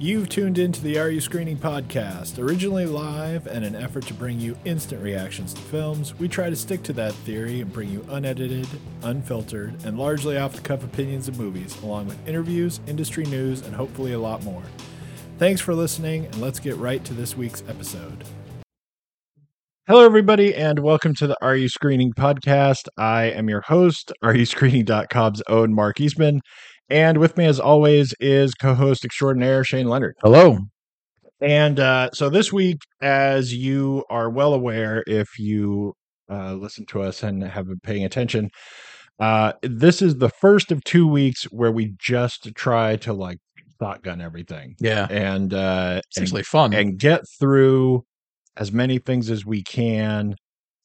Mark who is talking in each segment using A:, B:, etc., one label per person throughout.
A: You've tuned into the Are You Screening podcast, originally live and an effort to bring you instant reactions to films. We try to stick to that theory and bring you unedited, unfiltered, and largely off the cuff opinions of movies, along with interviews, industry news, and hopefully a lot more. Thanks for listening, and let's get right to this week's episode. Hello, everybody, and welcome to the Are You Screening podcast. I am your host, RUScreening.com's own Mark Eastman. And with me, as always, is co host extraordinaire Shane Leonard.
B: Hello.
A: And uh, so this week, as you are well aware, if you uh, listen to us and have been paying attention, uh, this is the first of two weeks where we just try to like shotgun everything
B: Yeah.
A: and uh,
B: It's
A: and
B: actually fun.
A: and get through as many things as we can.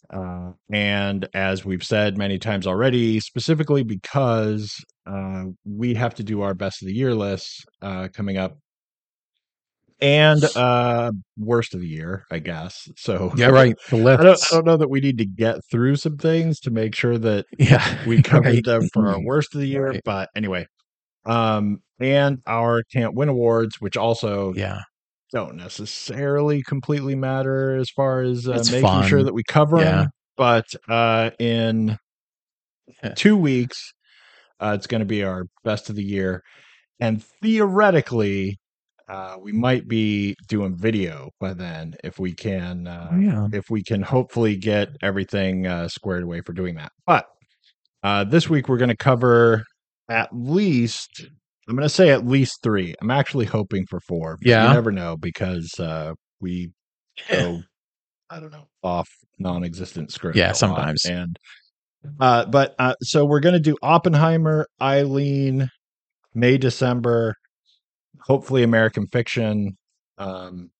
A: Uh, and as we've said many times already, specifically because uh, we have to do our best of the year list uh, coming up and uh, worst of the year, I guess. So
B: yeah, right. The
A: I don't,
B: left.
A: I don't know that we need to get through some things to make sure that
B: Yeah.
A: we covered
B: Right.
A: them for our worst of the year.
B: Right.
A: But anyway, um, and our can't win awards, which also
B: Yeah.
A: don't necessarily completely matter as far as uh,
B: It's
A: making sure
B: fun.
A: that we cover
B: Yeah.
A: them. But uh, in
B: Yeah.
A: two weeks, uh, it's going to be our best of the year, and theoretically, uh, we might be doing video by then if we can. Uh,
B: Oh, yeah.
A: if we can hopefully get everything uh, squared away for doing that. But uh, this week we're going to cover at least, I'm going to say at least three. I'm actually hoping for four. but
B: Yeah.
A: You never know because uh, we go, I don't know, off non existent script. a
B: Yeah,
A: lot.
B: sometimes.
A: And, uh, but uh, so we're going to do Oppenheimer, Eileen, May, December, hopefully American Fiction. Um,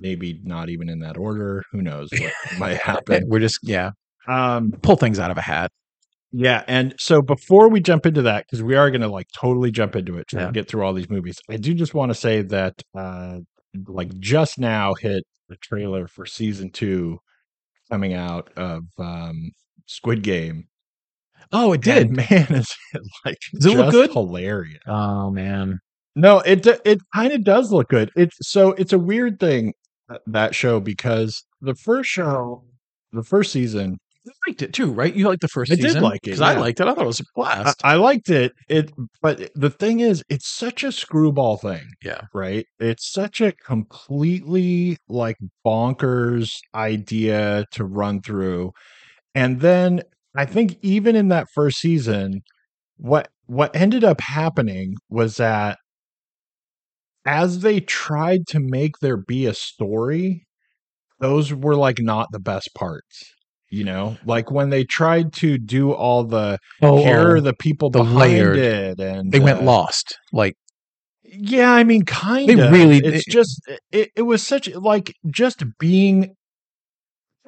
A: maybe not even in that order. Who knows what might happen?
B: We're just, yeah,
A: Um,
B: pull things out of a hat.
A: yeah, and so before we jump into that, because we are going to like totally jump into it to
B: Yeah.
A: get through all these movies, I do just want to say that uh like just now hit the trailer for season two coming out of um Squid Game.
B: Oh, it
A: And man, is it like
B: Does it look
A: just
B: good?
A: Hilarious.
B: Oh, man.
A: No, it do- it kind of does look good. It's so it's a weird thing uh, that show because the first show, the first season,
B: You liked it too, right? You liked the first
A: I did
B: season.
A: like it,
B: Because I
A: yeah.
B: liked it. I thought it was a
A: I,
B: blast.
A: I liked it. It, but the thing is, it's such a screwball thing.
B: Yeah.
A: Right. It's such a completely like bonkers idea to run through, and then I think even in that first season, what what ended up happening was that as they tried to make there be a story, those were like not the best parts. You know, like when they tried to do all the
B: oh,
A: here
B: oh,
A: are the people
B: the
A: behind
B: layered-
A: it and
B: they went
A: uh,
B: lost. Like,
A: yeah i mean kind
B: They
A: of
B: really-
A: it's
B: it-
A: just it, it was such like just being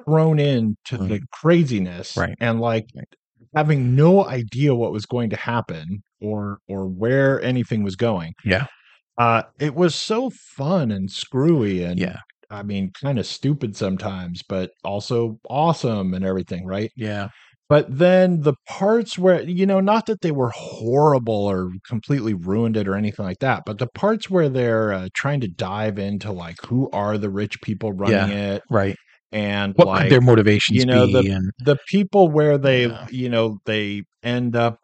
A: thrown in to the
B: Right.
A: craziness
B: Mm-hmm. Right.
A: and like
B: Right.
A: having no idea what was going to happen or or where anything was going
B: Yeah.
A: uh it was so fun and screwy and
B: yeah.
A: i mean kind of stupid sometimes but also awesome and everything right
B: Yeah.
A: but then the parts where you know not that they were horrible or completely ruined it or anything like that but the parts where they're uh, trying to dive into like who are the rich people running it
B: Right.
A: and
B: What
A: like
B: might their motivations
A: you know,
B: be?
A: the-
B: and
A: the people where they
B: Yeah.
A: you know they end up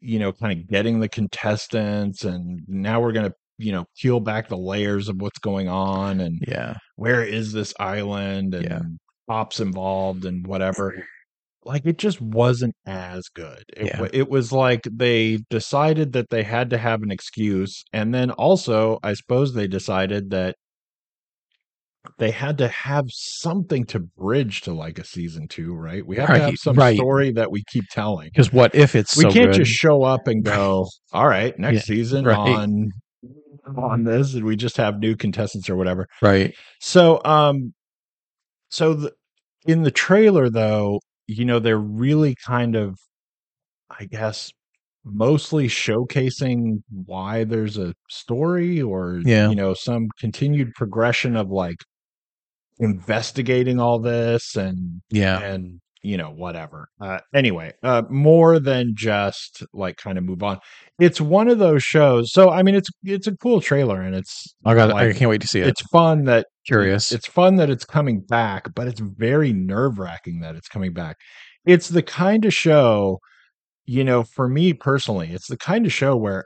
A: you know kind of getting the contestants and now we're going to you know peel back the layers of what's going on and
B: yeah.
A: where is this island and
B: Yeah. Mm-hmm.
A: ops involved and whatever like it just wasn't as good it,
B: Yeah.
A: wa- it was like they decided that they had to have an excuse and then also i suppose they decided that they had to have something to bridge to like a season two right we have to have
B: Right,
A: some
B: right.
A: story that we keep telling
B: Because what if it's
A: we
B: so
A: can't
B: good?
A: just show up and
B: Right.
A: go all right next season
B: right.
A: on on this and we just have new contestants or whatever
B: right.
A: so, um, so the, in the trailer, though, you know, they're really kind of, I guess, mostly showcasing why there's a story or,
B: Yeah.
A: you know, some continued progression of like investigating all this and,
B: Yeah.
A: and, you know whatever uh anyway uh more than just like kind of move on it's one of those shows so i mean it's it's a cool trailer and it's
B: I got. I
A: Like,
B: can't wait to see it.
A: it's fun that
B: Curious.
A: it's fun that it's coming back, but it's very nerve wracking that it's coming back. It's the kind of show, you know, for me personally, it's the kind of show where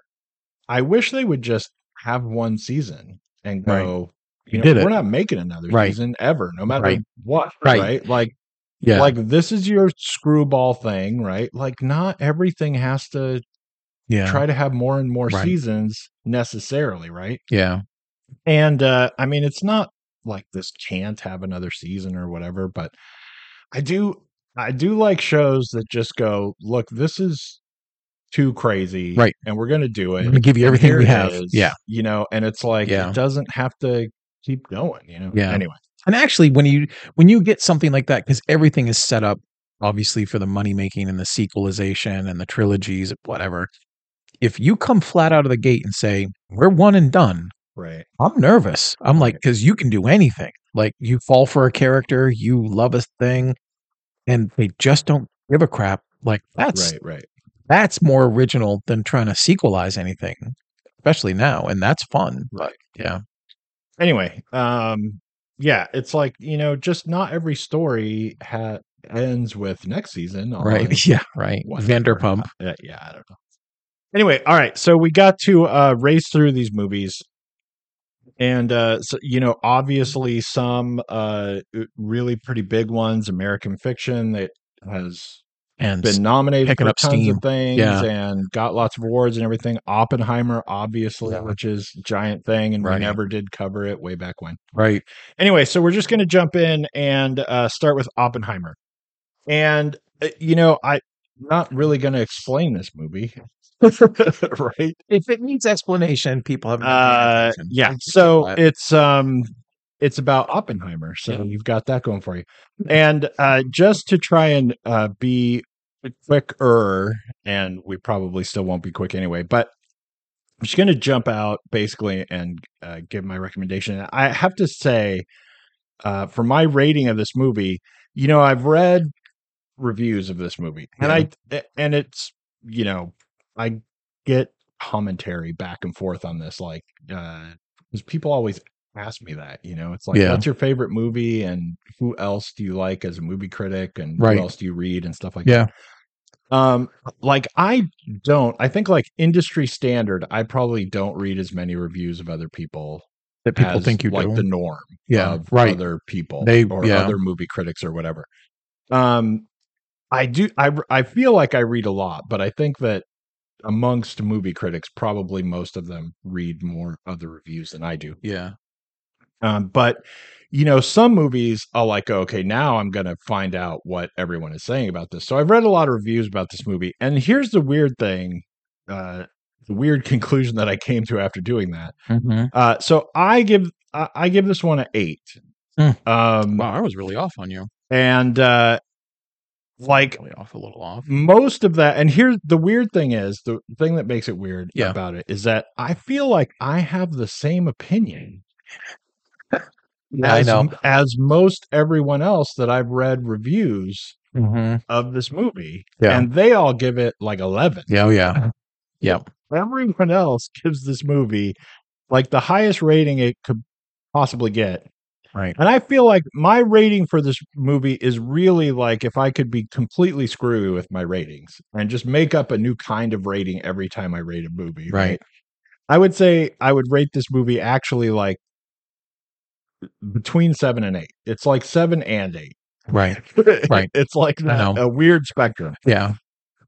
A: I wish they would just have one season and
B: Right.
A: go,
B: You
A: you know,
B: did
A: we're
B: it."
A: not making another
B: Right.
A: season ever, no matter
B: Right.
A: what,
B: Right.
A: right? Like,
B: yeah.
A: like this is your screwball thing, right? Like, not everything has to
B: yeah.
A: try to have more and more
B: Right.
A: seasons necessarily, right?
B: yeah.
A: And uh I mean it's not like this can't have another season or whatever, but I do I do like shows that just go, look, this is too crazy.
B: Right.
A: And we're gonna do
B: I'm
A: it.
B: gonna give you everything
A: Here
B: we
A: it
B: have.
A: is,
B: Yeah.
A: You know, and it's like
B: Yeah.
A: it doesn't have to keep going, you know.
B: Yeah.
A: Anyway.
B: And actually, when you when you get something like that, because everything is set up obviously for the money making and the sequelization and the trilogies, whatever. If you come flat out of the gate and say we're one and done,
A: Right.
B: I'm nervous. I'm like,
A: Right.
B: because you can do anything. Like you fall for a character, you love a thing, and they just don't give a crap. Like that's
A: Right, right.
B: that's more original than trying to sequelize anything, especially now, and that's fun.
A: Right.
B: But yeah,
A: Anyway, um yeah, it's like, you know, just not every story ha- ends with next season. on
B: right, yeah, right.
A: whatever.
B: Vanderpump.
A: Uh, yeah, I don't know. Anyway, all right. So we got to uh, race through these movies, and uh, so, you know, obviously some uh, really pretty big ones. American Fiction that has
B: and
A: been nominated
B: picking
A: for
B: up
A: tons
B: steam.
A: of things
B: Yeah.
A: and got lots of awards and everything. Oppenheimer, obviously,
B: Yeah.
A: which is a giant thing, and we
B: Right.
A: never did cover it way back when
B: right,
A: anyway, so we're just going to jump in and uh, start with Oppenheimer. And uh, you know, I'm not really going to explain this movie, right?
B: if it needs explanation, people haven't.
A: Uh, yeah. So it's um, it's about Oppenheimer. So
B: Yeah.
A: you've got that going for you. And uh, just to try and uh, be quicker, and we probably still won't be quick anyway, but. I'm just going to jump out basically and uh, give my recommendation. I have to say, uh, for my rating of this movie, you know, I've read reviews of this movie, and I and it's you know, I get commentary back and forth on this, like because people always ask me that, you know, it's like,
B: Yeah.
A: what's your favorite movie, and who else do you like as a movie critic, and
B: Right.
A: who else do you read, and stuff like
B: yeah,
A: um, like I don't. I think like industry standard, I probably don't read as many reviews of other people.
B: that people
A: as,
B: think you
A: like
B: do.
A: the norm
B: yeah,
A: of
B: right.
A: other people
B: They-
A: or
B: yeah.
A: other movie critics or whatever. Um, I do. I I feel like I read a lot, but I think that amongst movie critics, probably most of them read more other reviews than I do.
B: yeah,
A: Um, but you know, some movies are like, okay, now I'm gonna find out what everyone is saying about this. So I've read a lot of reviews about this movie, and here's the weird thing, uh, the weird conclusion that I came to after doing that.
B: Mhm.
A: Uh, so I give I, I give this one an eight.
B: Hmm.
A: Um,
B: Wow, I was really off on you.
A: and uh, like
B: Really off, a little off.
A: most of that and here's the weird thing is the thing that makes it weird
B: Yeah.
A: about it is that i feel like i have the same opinion
B: Yeah, I know.
A: as most everyone else that i've read reviews
B: Mm-hmm.
A: of this movie
B: Yeah.
A: and they all give it like 11
B: Yeah, oh, yeah,
A: everyone else gives this movie like the highest rating it could possibly get
B: right.
A: and i feel like my rating for this movie is really like if i could be completely screwy with my ratings and just make up a new kind of rating every time i rate a movie
B: Right.
A: i would say i would rate this movie actually like between seven and eight it's like seven and eight
B: Right. Right.
A: it's like
B: I
A: that,
B: know.
A: a weird spectrum
B: Yeah.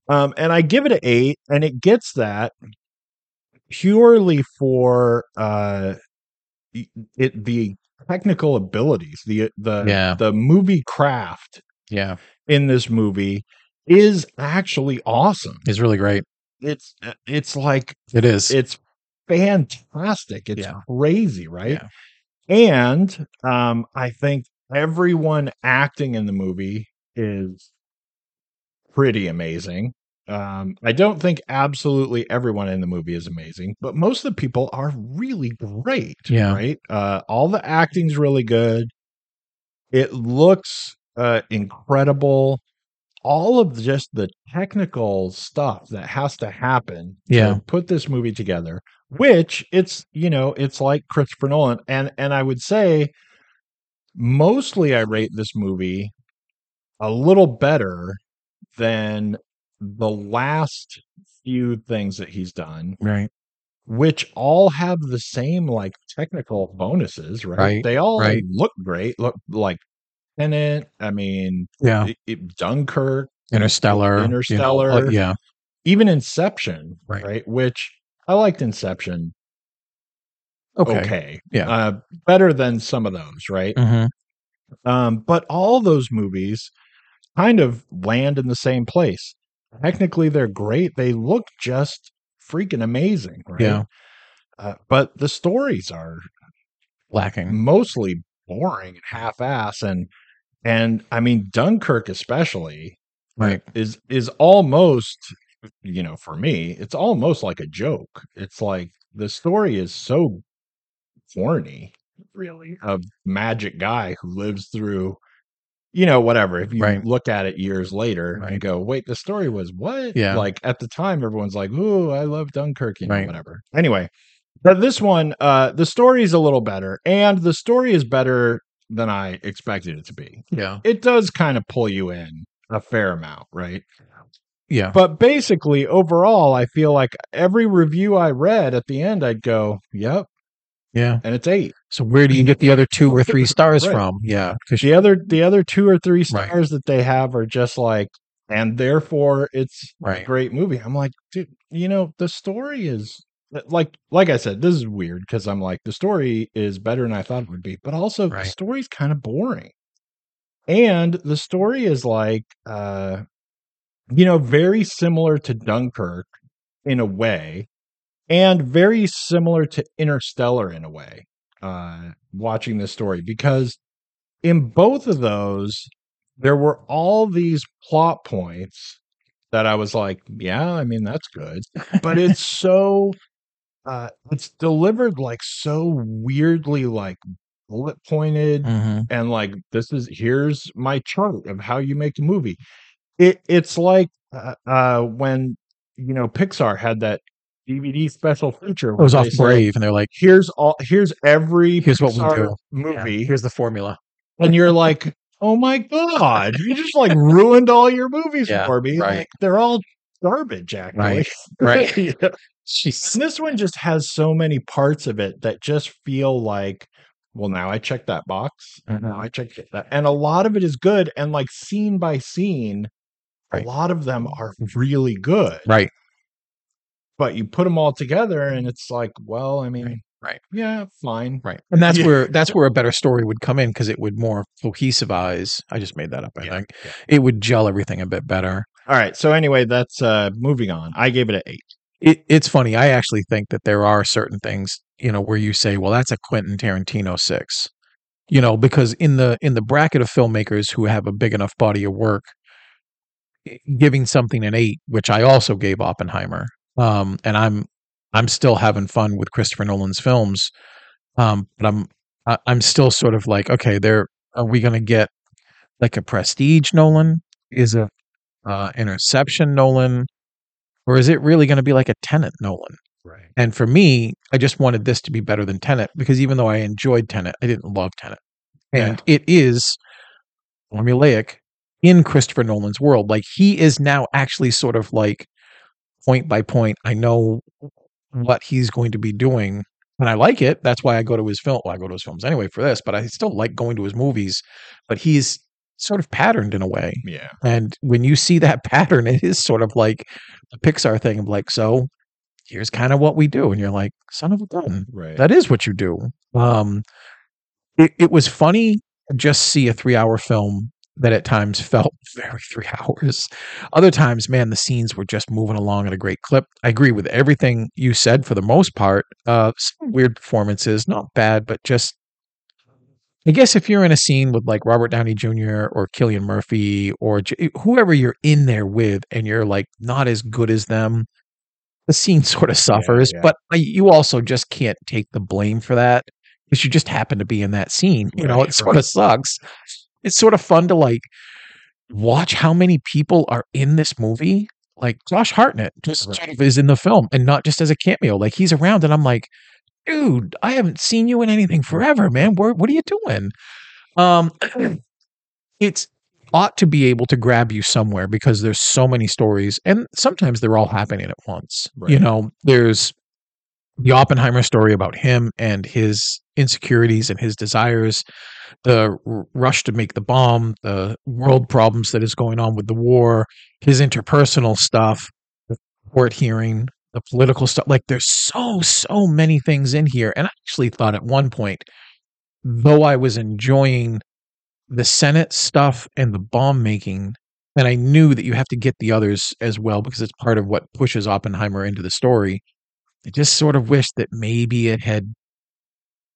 A: um, and I give it an eight, and it gets that purely for uh, y- it the technical abilities, the the
B: Yeah.
A: the movie craft
B: Yeah.
A: in this movie is actually awesome.
B: It's really great.
A: It's uh, it's like
B: It is.
A: it's fantastic. It's
B: Yeah.
A: crazy, right?
B: Yeah.
A: And um, I think everyone acting in the movie is pretty amazing. Um, I don't think absolutely everyone in the movie is amazing, but most of the people are really great.
B: Yeah.
A: Right. Uh, all the acting's really good. It looks uh, incredible. all of just the technical stuff that has to happen
B: Yeah.
A: to put this movie together which it's you know it's like christopher nolan and and i would say mostly i rate this movie a little better than the last few things that he's done
B: Right.
A: which all have the same like technical bonuses right,
B: Right,
A: they all
B: right.
A: look great look like Tenant, I mean,
B: Yeah.
A: it- it- Dunkirk,
B: Interstellar. you know,
A: Interstellar.
B: uh, yeah.
A: even Inception,
B: Right.
A: right? Which I liked Inception.
B: Okay.
A: Okay, Mm-hmm.
B: Yeah.
A: uh, better than some of those, right?
B: Mhm.
A: Um, but all those movies kind of land in the same place. Technically, they're great. They look just freaking amazing, right?
B: Yeah.
A: Uh, but the stories are
B: Lacking.
A: mostly boring and half-ass, and and I mean Dunkirk especially
B: Right.
A: is is almost you know for me it's almost like a joke it's like the story is so corny really of magic guy who lives through you know whatever if you
B: Right.
A: look at it years later
B: Right.
A: and go wait the story was what
B: Yeah.
A: like at the time everyone's like ooh i love dunkirk you know
B: Right.
A: whatever anyway but this one uh the story is a little better and the story is better than i expected it to be
B: Yeah.
A: it does kind of pull you in a fair amount right
B: Yeah.
A: but basically, overall, I feel like every review I read at the end, I'd go, "Yep,"
B: Yeah.
A: and it's eight.
B: So where do you get the other two or three stars
A: Right.
B: from? Yeah. Because
A: The other, the other two or three
B: Right.
A: stars that they have are just like, and therefore, it's a
B: right.
A: great movie. I'm like, dude, you know, the story is uh, like, like I said, this is weird because I'm like, the story is better than I thought it would be, but also
B: Right.
A: the story's kind of boring, and the story is like, uh, you know, very similar to Dunkirk in a way. and very similar to Interstellar in a way. Uh, watching this story because in both of those there were all these plot points that I was like, yeah, I mean that's good, but it's so uh, it's delivered like so weirdly like bullet pointed
B: hmm
A: and like this is here's my chart of how you make a movie it it's like uh, uh when you know pixar had that dvd special feature
B: It
A: where
B: was off
A: they said,
B: Brave, and they're like,
A: here's all here's every
B: Here's what we
A: Pixar
B: do." yeah,
A: movie
B: here's the formula.
A: and you're like oh my god you just like ruined all your movies
B: Yeah,
A: for me
B: right.
A: like they're all garbage actually
B: Right.
A: You know?
B: She's
A: And this one just has so many parts of it that just feel like, well, now I checked that box. and Now I checked that. And a lot of it is good. And like scene by scene,
B: Right.
A: a lot of them are really good.
B: right.
A: But you put them all together and it's like, well, I mean,
B: right.
A: yeah, fine.
B: Right. And that's
A: Yeah.
B: where that's where a better story would come in because it would more cohesivize. I just made that up, I
A: Yeah,
B: think.
A: yeah.
B: It would gel everything a bit better.
A: All right. So anyway, that's uh moving on. I gave it an eight.
B: It, it's funny. I actually think that there are certain things, you know, where you say, well, that's a Quentin Tarantino six. You know, because in the in the bracket of filmmakers who have a big enough body of work, i- giving something an eight, which I also gave Oppenheimer. Um, and I'm I'm still having fun with Christopher Nolan's films, um, but I'm I, I'm still sort of like, okay, there are we going to get like a prestige Nolan? Is a uh, interception Nolan, or is it really going to be like a Tenant Nolan?
A: Right.
B: And for me, I just wanted this to be better than Tenet because even though I enjoyed Tenet, I didn't love Tenet. And it is formulaic in Christopher Nolan's world. Like he is now actually sort of like point by point, I know what he's going to be doing. And I like it. That's why I go to his film. Well, I go to his films anyway for this, but I still like going to his movies. But he's sort of patterned in a way.
A: Yeah.
B: And when you see that pattern, it is sort of like a Pixar thing of like, so here's kind of what we do. And you're like, son of a gun,
A: Right.
B: that is what you do. Um, it, it was funny to just see a three hour film that at times felt very three hours. Other times, man, the scenes were just moving along at a great clip. I agree with everything you said for the most part. Uh,
A: Hmm.
B: some weird performances, not bad, but just I guess if you're in a scene with like Robert Downey Jr. or Killian Murphy or J- eh, whoever you're in there with, and you're like not as good as them, the scene sort of suffers.
A: yeah.
B: But I- you also just can't take the blame for that because you just happen to be in that scene. You know,
A: Right,
B: it sort of sucks. It's sort of fun to like watch how many people are in this movie. Like Josh Hartnett just
A: Right.
B: sort of is in the film and not just as a cameo. Like he's around and I'm like, dude, I haven't seen you in anything forever, man. Where, what are you doing? Um, it's ought to be able to grab you somewhere because there's so many stories and sometimes they're all happening at once. You
A: Right.
B: know, there's the Oppenheimer story about him and his insecurities and his desires, the r- rush to make the bomb, the world problems that is going on with the war, his interpersonal stuff, the court hearing, the political stuff. Like there's so, so many things in here. And I actually thought at one point, though I was enjoying the Senate stuff and the bomb making, and I knew that you have to get the others as well because it's part of what pushes Oppenheimer into the story. I just sort of wish that maybe it had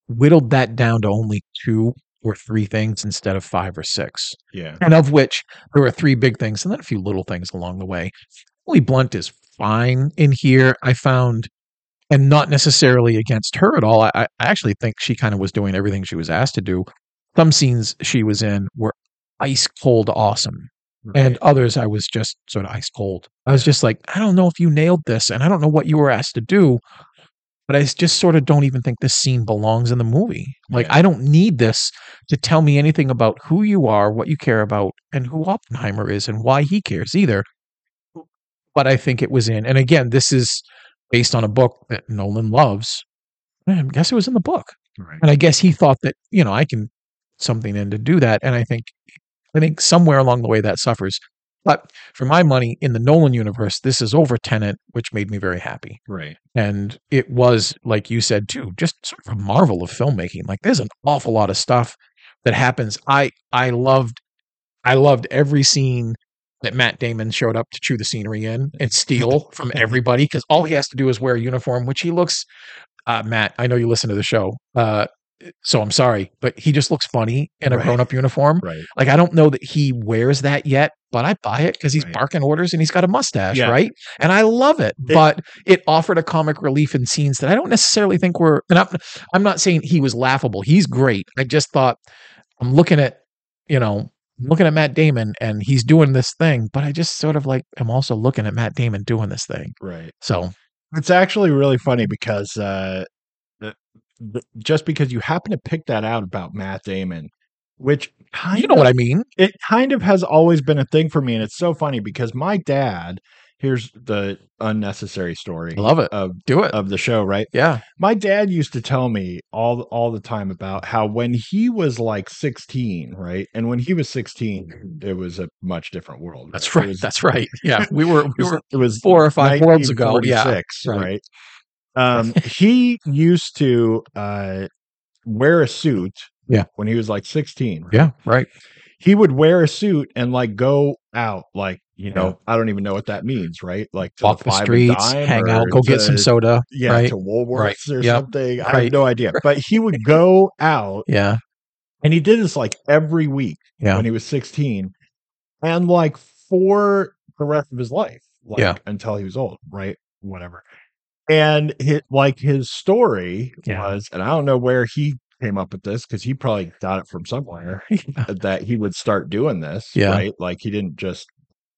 B: whittled that down to only two or three things instead of five or six
A: Yeah.
B: and of which there were three big things and then a few little things along the way. Emily Blunt is fine in here. I found, and not necessarily against her at all. I, I actually think she kind of was doing everything she was asked to do. Some scenes she was in were ice cold awesome, and others I was just sort of ice cold. I was just like, I don't know if you nailed this, and I don't know what you were asked to do. But I just sort of don't even think this scene belongs in the movie. Like,
A: Yeah.
B: I don't need this to tell me anything about who you are, what you care about, and who Oppenheimer is and why he cares either. But I think it was in, and again, this is based on a book that Nolan loves. And I guess it was in the book.
A: Right.
B: And I guess he thought that, you know, I can something in to do that. And I think I think somewhere along the way that suffers. But for my money, in the Nolan universe, this is over Tenant, which made me very happy
A: Right.
B: and it was like you said too just sort of a marvel of filmmaking like there's an awful lot of stuff that happens i i loved i loved every scene that matt damon showed up to chew the scenery in and steal from everybody because all he has to do is wear a uniform which he looks uh, matt i know you listen to the show uh, so i'm sorry but he just looks funny in a
A: Right.
B: grown-up uniform
A: Right.
B: like I don't know that he wears that yet, but I buy it because he's
A: Right.
B: barking orders and he's got a mustache,
A: Yeah.
B: right? And I love it. But it offered a comic relief in scenes that I don't necessarily think were. And I'm, I'm not saying he was laughable. He's great. I just thought I'm looking at, you know, I'm looking at Matt Damon and he's doing this thing, but I just sort of like I'm also looking at Matt Damon doing this thing.
A: Right.
B: So
A: It's actually really funny because uh, the, the, just because you happen to pick that out about Matt Damon, which kind
B: you know
A: of,
B: what I mean?
A: it kind of has always been a thing for me, and it's so funny because my dad. Here's the unnecessary story
B: I love it.
A: of
B: Do it.
A: of the show, right?
B: yeah.
A: My dad used to tell me all all the time about how when he was like 16, right? And when he was 16, it was a much different world.
B: Mm-hmm. That's
A: It
B: right.
A: was,
B: That's right. Yeah. We were we were
A: it was
B: four or five worlds ago. Yeah.
A: 1946,
B: right.
A: right. Um, he used to uh, wear a suit.
B: Yeah.
A: When he was like 16. right?
B: Yeah. Right.
A: He would wear a suit and like go out, like, you know, I don't even know what that means, right? Like to
B: Walk the
A: Five and
B: streets,
A: Dime
B: hang out,
A: or
B: go get some
A: to-
B: soda.
A: yeah,
B: right?
A: to Woolworths or
B: Yep.
A: something. I
B: Right.
A: have no idea. But he would go out
B: Yeah.
A: and he did this like every week
B: Yeah.
A: when he was 16 and like for the rest of his life, like
B: Yeah.
A: until he was old, right? Whatever. And hit like his story
B: Yeah.
A: was, and I don't know where he came up with this because he probably got it from somewhere uh, that he would start doing this,
B: Yeah.
A: right? Like he didn't just,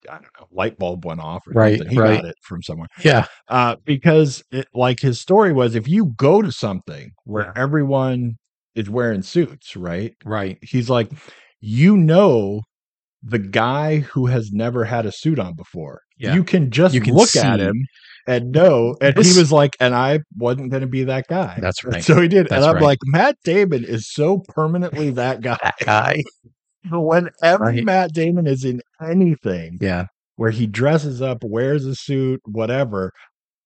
A: I don't know, light bulb went off or
B: Right,
A: something. He
B: right.
A: got it from somewhere
B: Yeah.
A: uh, because it, like his story was if you go to something where
B: Yeah.
A: everyone is wearing suits, right?
B: Right.
A: He's like, you know, the guy who has never had a suit on before.
B: Yeah.
A: You can just
B: You can
A: look at
B: see.
A: him and know. And
B: This-
A: he was like, and I wasn't going to be that guy.
B: That's
A: And
B: right.
A: So he did.
B: That's
A: and I'm
B: right.
A: like, Matt Damon is so permanently that guy.
B: That guy.
A: Whenever
B: Right.
A: Matt Damon is in anything,
B: Yeah.
A: where he dresses up, wears a suit, whatever.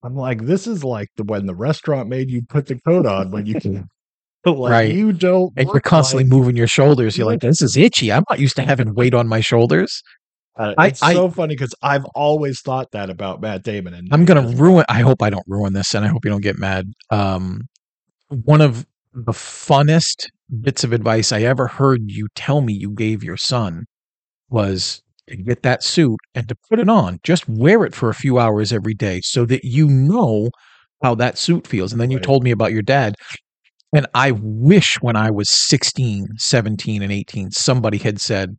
A: I'm like, this is like the when the restaurant made you put the coat on when you can. Like
B: Right.
A: you don't.
B: And you're
A: look
B: constantly
A: like-
B: moving your shoulders. You're like, this is itchy. I'm not used to having weight on my shoulders.
A: Uh,
B: I-
A: it's so funny because I've always thought that about Matt Damon, and
B: I'm
A: he
B: gonna
A: doesn't.
B: ruin. I hope I don't ruin this, and I hope you don't get mad. Um, one of the funnest bits of advice I ever heard you tell me you gave your son was to get that suit and to put it on. Just wear it for a few hours every day, so that you know how that suit feels. And then you
A: Right.
B: told me about your dad. And I wish when I was 16, 17, and 18, somebody had said,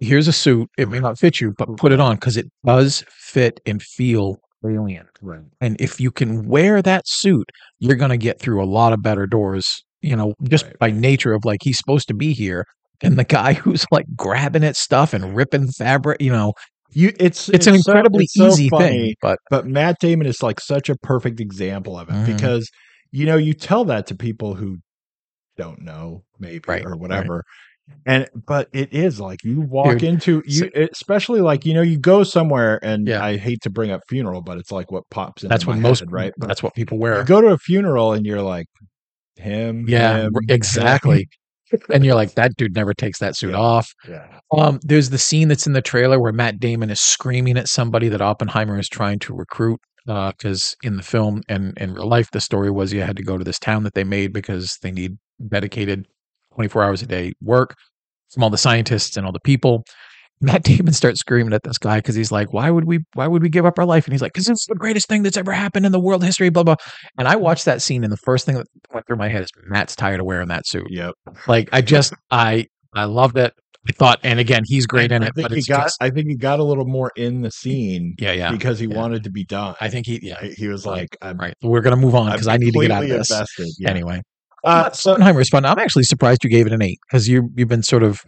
B: here's a suit. It may not fit you, but put it on because it does fit and feel alien.
A: Right.
B: And if you can wear that suit, you're going to get through a lot of better doors, you know, just
A: Right.
B: by nature of like he's supposed to be here. And the guy who's like grabbing at stuff and ripping fabric, you know,
A: You it's
B: it's, an
A: so-
B: incredibly
A: it's so
B: easy
A: funny,
B: thing. But
A: But Matt Damon is like such a perfect example of it
B: Mhm.
A: because you know, you tell that to people who don't know maybe
B: Right,
A: or
B: right.
A: whatever. And but it is like you walk
B: Dude,
A: into you especially like you know you go somewhere and
B: Yeah.
A: I hate to bring up funeral but it's like what pops into
B: that's
A: my
B: what most,
A: head, right but
B: That's what people
A: you
B: wear.
A: go to a funeral and you're like him
B: Yeah,
A: him,
B: r-
A: him.
B: exactly. and you're like, that dude never takes that suit
A: Yeah.
B: off.
A: yeah
B: Um, there's the scene that's in the trailer where Matt Damon is screaming at somebody that Oppenheimer is trying to recruit. Because in the film and in real life, the story was you had to go to this town that they made because they need dedicated 24 hours a day work from all the scientists and all the people. Matt Damon starts screaming at this guy because he's like, "Why would we? Why would we give up our life?" And he's like, "Because it's the greatest thing that's ever happened in the world history." Blah blah. And I watched that scene, and the first thing that went through my head is Matt's tired of wearing that suit.
A: yep
B: Like I just I I loved it. I thought, and again, he's great in
A: I
B: it,
A: think
B: but
A: he
B: it's
A: got
B: just
A: I think he got a little more in the scene
B: yeah, yeah.
A: because he
B: yeah.
A: wanted to be done
B: I think he yeah.
A: he, he was
B: Right,
A: like I'm
B: Right, we're gonna move on
A: I'm
B: because I need to get out of
A: completely
B: this
A: invested, yeah.
B: anyway.
A: Uh, so
B: Oppenheimer is fun. I'm actually surprised you gave it an eight because you you've been sort of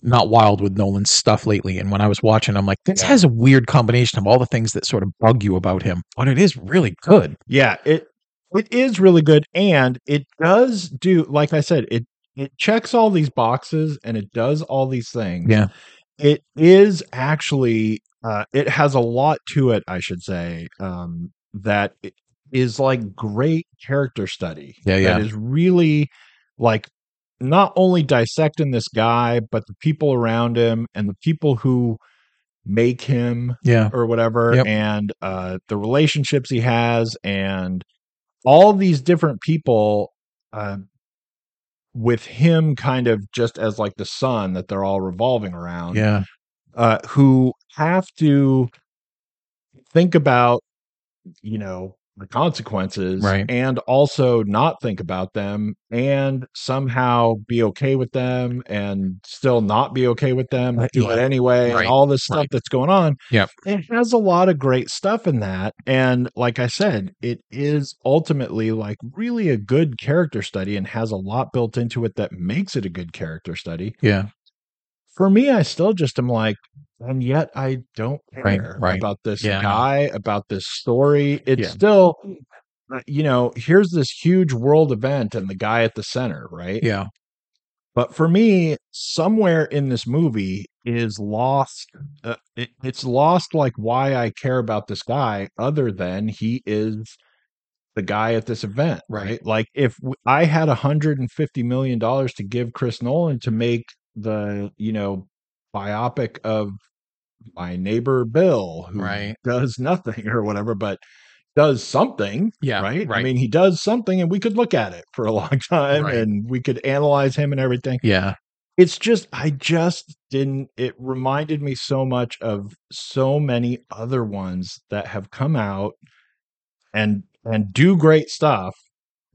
B: not wild with Nolan's stuff lately. And when I was watching, I'm like, this
A: Yeah.
B: has a weird combination of all the things that sort of bug you about him, but it is really good.
A: yeah, it it is really good, and it does do like I said, it it checks all these boxes and it does all these things.
B: Yeah.
A: it is actually uh, it has a lot to it, I should say. Um, that i- is like great character study.
B: Yeah, yeah.
A: That is really like not only dissecting this guy, but the people around him and the people who make him
B: Yeah,
A: or whatever
B: Yep.
A: and uh the relationships he has and all these different people uh with him kind of just as like the sun that they're all revolving around
B: yeah,
A: uh who have to think about you know the consequences
B: Right.
A: and also not think about them and somehow be okay with them and still not be okay with them but do
B: Uh, Yeah.
A: it anyway
B: Right.
A: and all this stuff
B: Right.
A: that's going on
B: Yep.
A: it has a lot of great stuff in that and like i said it is ultimately like really a good character study and has a lot built into it that makes it a good character study
B: yeah.
A: for me, I still just am like, and yet I don't care
B: Right, right.
A: about this
B: Yeah, I know.
A: guy, about this story. It's
B: Yeah.
A: still, uh, you know, here's this huge world event and the guy at the center, right?
B: Yeah,
A: But for me, somewhere in this movie is lost. Uh, it, it's lost like why I care about this guy, other than he is the guy at this event,
B: Right.
A: Like if w- I had 150 million dollars to give Chris Nolan to make the you know biopic of my neighbor Bill, who
B: Right.
A: does nothing or whatever, but does something
B: yeah.
A: right? I mean, he does something and we could look at it for a long time
B: Right.
A: and we could analyze him and everything.
B: yeah,
A: It's just, I just didn't, it reminded me so much of so many other ones that have come out and, and do great stuff.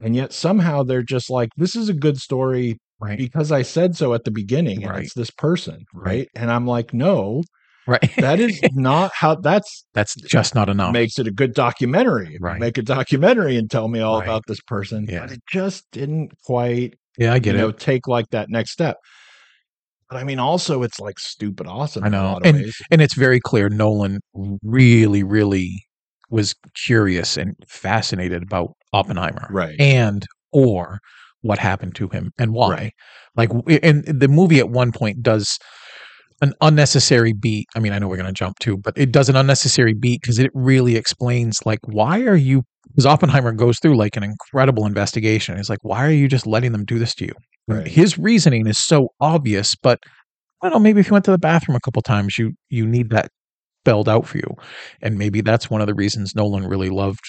A: And yet somehow they're just like, this is a good story
B: right,
A: because I said so at the beginning and
B: Right.
A: it's this person,
B: Right.
A: right? And I'm like, no,
B: right.
A: that is not how that's
B: that's just not enough.
A: makes it a good documentary.
B: Right.
A: Make a documentary and tell me all
B: Right.
A: about this person.
B: Yeah.
A: But it just didn't quite,
B: yeah, I get
A: you
B: it.
A: know, take like that next step. But I mean, also it's like stupid awesome.
B: I
A: in a
B: know.
A: lot of
B: And
A: ways.
B: and it's very clear Nolan really, really was curious and fascinated about Oppenheimer,
A: Right.
B: And or what happened to him and why.
A: Right.
B: Like, w- and the movie at one point does an unnecessary beat. I mean, I know we're going to jump to, but it does an unnecessary beat because it really explains like why are you because Oppenheimer goes through like an incredible investigation. He's like, why are you just letting them do this to you? And
A: Right.
B: His reasoning is so obvious, but I don't know. Maybe if you went to the bathroom a couple times, you you need that spelled out for you, and maybe that's one of the reasons Nolan really loved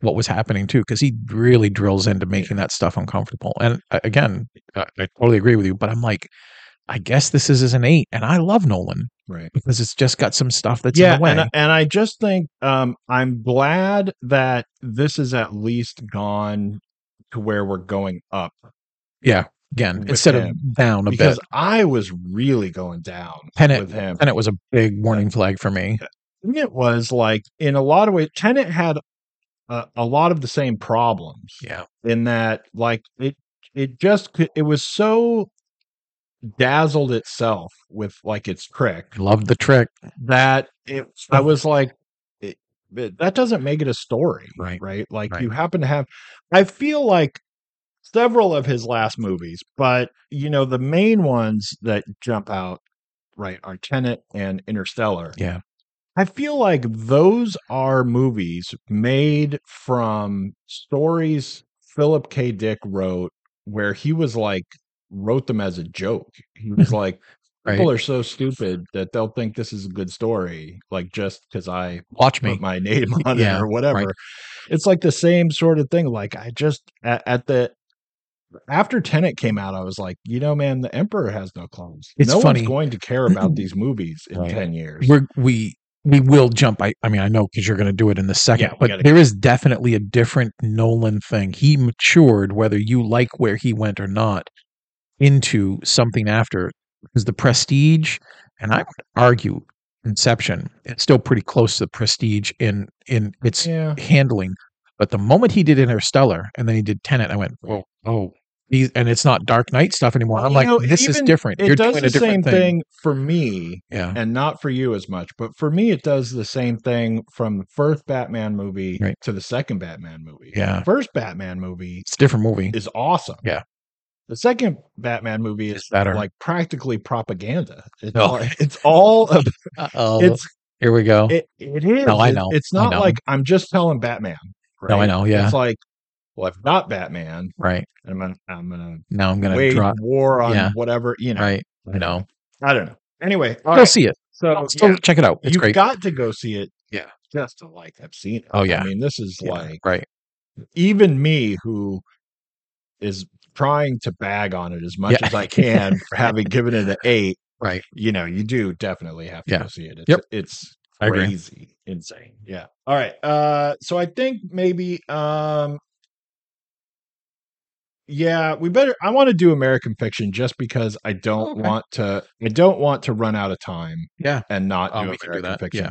B: what was happening too, because he really drills into making that stuff uncomfortable. And uh, again, I, I totally agree with you, but I'm like, I guess this is as an eight, and I love Nolan
A: right.
B: because it's just got some stuff that's
A: yeah.
B: in the way.
A: And, I- and I just think um, I'm glad that this is at least gone to where we're going up
B: yeah, again
A: With
B: instead
A: him.
B: of down a
A: because
B: bit.
A: I was really going down
B: Tenet-
A: with him.
B: And it was a big warning flag for me.
A: Tenet was like in a lot of ways. Tenet had a, a lot of the same problems
B: Yeah.
A: in that, like it it just could, it was so dazzled itself with like its trick
B: Loved the trick.
A: that it I was like it, it- that doesn't make it a story
B: Right.
A: right like
B: Right.
A: you happen to have I feel like several of his last movies but you know the main ones that jump out right are Tenet and Interstellar
B: Yeah.
A: I feel like those are movies made from stories Philip K Dick wrote where he was like wrote them as a joke he was like
B: Right.
A: people are so stupid that they'll think this is a good story, like just because I
B: Watch me.
A: put my name on
B: Yeah,
A: it or whatever. It's like the same sort of thing. Like I just at, at the after Tenet came out, I was like, you know, man, the Emperor has no clones.
B: It's
A: no
B: funny.
A: one's going to care about these movies in
B: Right.
A: ten years.
B: We're, we we will jump. I I mean I know because you're going to do it in the second,
A: Yeah, we
B: but
A: gotta-
B: there is definitely a different Nolan thing. He matured, whether you like where he went or not, into something after because the Prestige, and I would argue Inception, it's still pretty close to the Prestige in in its
A: yeah,
B: handling. But the moment he did Interstellar and then he did Tenet, I went, well, oh. These, and it's not Dark Knight stuff anymore.
A: Well,
B: I'm
A: you
B: like,
A: know,
B: this is
A: even-
B: different.
A: it
B: You're
A: does
B: doing a
A: the same
B: different
A: thing.
B: thing.
A: for me,
B: Yeah,
A: and not for you as much, but for me, it does the same thing from the first Batman movie
B: Right.
A: to the second Batman movie.
B: yeah.
A: The first Batman movie
B: It's a different movie.
A: is awesome.
B: Yeah.
A: The second Batman movie is
B: It's better.
A: like practically propaganda. It's,
B: No.
A: all, it's all of
B: Uh-oh.
A: it's
B: Here we go.
A: it, it is.
B: No, I
A: It-
B: know.
A: It's
B: I
A: not
B: know.
A: like I'm just telling Batman. Right?
B: No, I know. Yeah.
A: It's like, well, I've got Batman,
B: right.
A: and I'm gonna I'm gonna,
B: Now I'm going to
A: wage
B: drop.
A: war on
B: Yeah.
A: whatever you know.
B: Right. I know.
A: I don't know. Anyway, all
B: Go
A: right.
B: see it.
A: so
B: Still
A: yeah,
B: check it out. It's
A: you've
B: great.
A: got to go see it.
B: Yeah.
A: Just to like have seen it.
B: Oh, yeah.
A: I mean, this is
B: Yeah,
A: like
B: right.
A: even me who is trying to bag on it as much
B: Yeah.
A: as I can for having given it an eight,
B: Right.
A: you know, you do definitely have to
B: Yeah.
A: go see it. It's,
B: Yep.
A: it's
B: I agree.
A: crazy, insane. Yeah. All right. Uh, so I think maybe, um, yeah, we better. I want to do American Fiction just because I don't
B: Okay.
A: want to. I don't want to run out of time
B: Yeah.
A: and not
B: Oh,
A: do
B: we can do
A: American
B: that,
A: Fiction.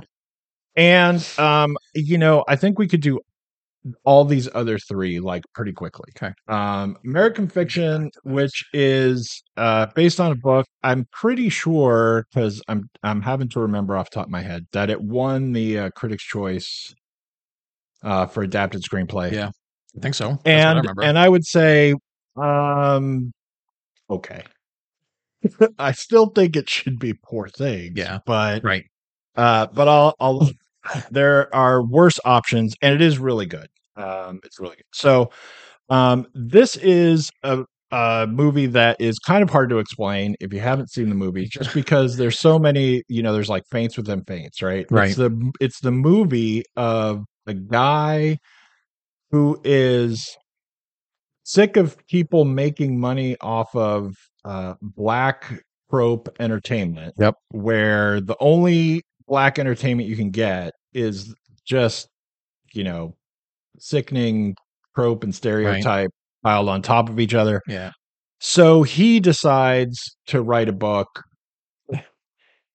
A: And um, you know, I think we could do all these other three like pretty quickly.
B: Okay.
A: Um, American Fiction, which is uh based on a book, I'm pretty sure because I'm I'm having to remember off the top of my head that it won the uh, Critics' Choice uh for adapted screenplay.
B: Yeah. I think so. That's what I
A: and
B: remember.
A: and I would say, um, okay. I still think it should be Poor Things.
B: Yeah.
A: but
B: right.
A: uh, but I'll, I'll. There are worse options, and it is really good. Um, it's really good. So, um, this is a, a movie that is kind of hard to explain if you haven't seen the movie, just because there's so many. You know, there's like faints within faints, right?
B: Right.
A: It's the it's the movie of a guy who is sick of people making money off of uh, black trope entertainment
B: Yep.
A: where the only black entertainment you can get is just you know sickening trope and stereotype piled on top of each other
B: Yeah.
A: so he decides to write a book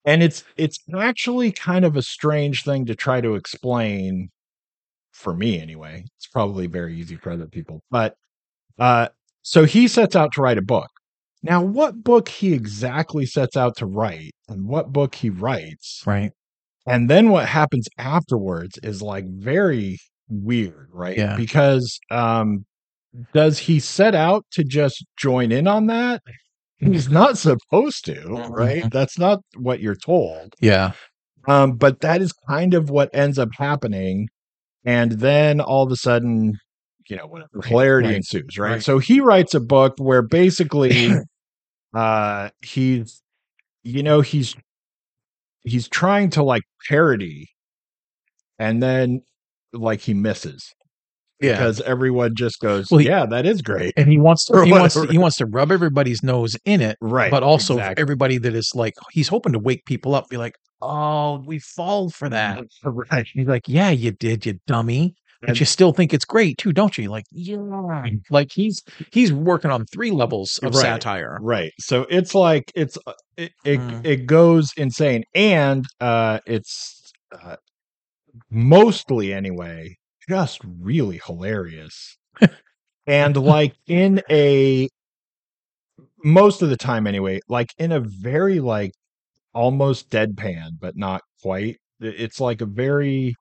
A: and it's it's actually kind of a strange thing to try to explain for me anyway it's probably very easy for other people but uh so he sets out to write a book now what book he exactly sets out to write and what book he writes
B: Right.
A: and then what happens afterwards is like very weird right
B: Yeah.
A: because um does he set out to just join in on that he's not supposed to right
B: Mhm.
A: that's not what you're told
B: Yeah.
A: um but that is kind of what ends up happening and then all of a sudden you know whatever
B: Right,
A: clarity
B: right,
A: ensues right?
B: right.
A: so he writes a book where basically uh he's you know he's he's trying to like parody and then like he misses
B: Yeah.
A: because everyone just goes
B: Well, he-
A: yeah that is great
B: And he wants to
A: Or
B: he wants to,
A: whatever.
B: he wants to rub everybody's nose in it,
A: right
B: but also for
A: exactly.
B: everybody that is like he's hoping to wake people up, be like, oh, we fall for that.
A: right
B: And Mm. he's like, yeah, you did, you dummy. but you still think it's great too, don't you? Like, yeah, like he's he's working on three levels of
A: Right.
B: satire.
A: Right. So it's like it's uh, it it,
B: Hmm.
A: it goes insane, and uh, it's uh, mostly anyway just really hilarious, and like in a most of the time anyway, like in a very like almost deadpan, but not quite. It- It's like a very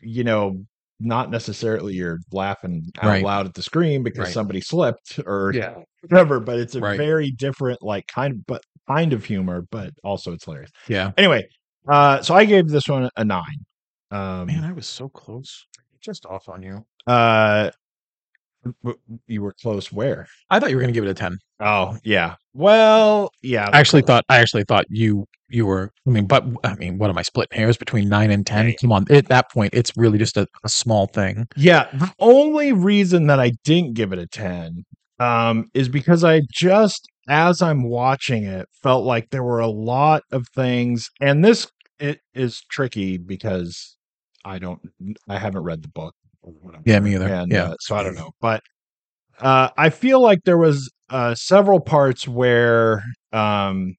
A: you know not necessarily you're laughing out
B: Right.
A: loud at the screen because
B: Right.
A: somebody slipped or
B: Yeah,
A: whatever, but it's a
B: Right.
A: very different, like kind of but kind of humor, but also it's hilarious.
B: yeah.
A: Anyway, uh, so I gave this one a nine. Um,
B: Man, I was so close. Just off on you.
A: uh, w- you were close. Where?
B: I thought you were going to give it a ten.
A: Oh, yeah. Well, yeah.
B: I actually thought I actually thought you you were. I mean, but I mean, what am I splitting hairs between nine and ten? Come on, at that point, it's really just a, a small thing.
A: Yeah, the only reason that I didn't give it a 10 um is because I just as I'm watching it felt like there were a lot of things and this it is tricky because I don't I haven't read the book or whatever.
B: Yeah, me either.
A: And,
B: yeah,
A: uh, so I don't know, but uh, I feel like there was uh, several parts where, um,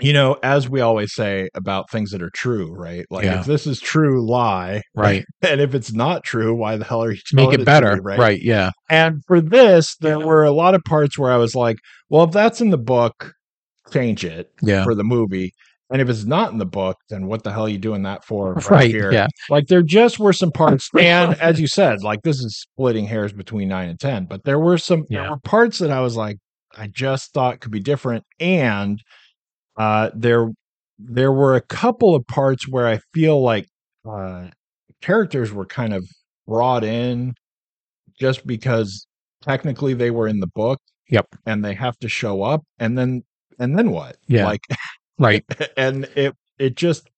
A: you know, as we always say about things that are true, right? Like
B: Yeah.
A: if this is true, lie,
B: right.
A: and if it's not true, why the hell are you telling
B: Make it
A: to
B: better.
A: me,
B: right? Yeah.
A: And for this, there were a lot of parts where I was like, well, if that's in the book, change it
B: Yeah.
A: for the movie. And if it's not in the book, then what the hell are you doing that for?
B: Right.
A: here?
B: Yeah.
A: Like there just were some parts, and as you said, like this is splitting hairs between nine and ten, but there were some
B: Yeah.
A: there were parts that I was like, I just thought could be different, and uh, there there were a couple of parts where I feel like uh, characters were kind of brought in just because technically they were in the book,
B: Yep.
A: and they have to show up, and then and then what?
B: Yeah.
A: like
B: Right.
A: and it it just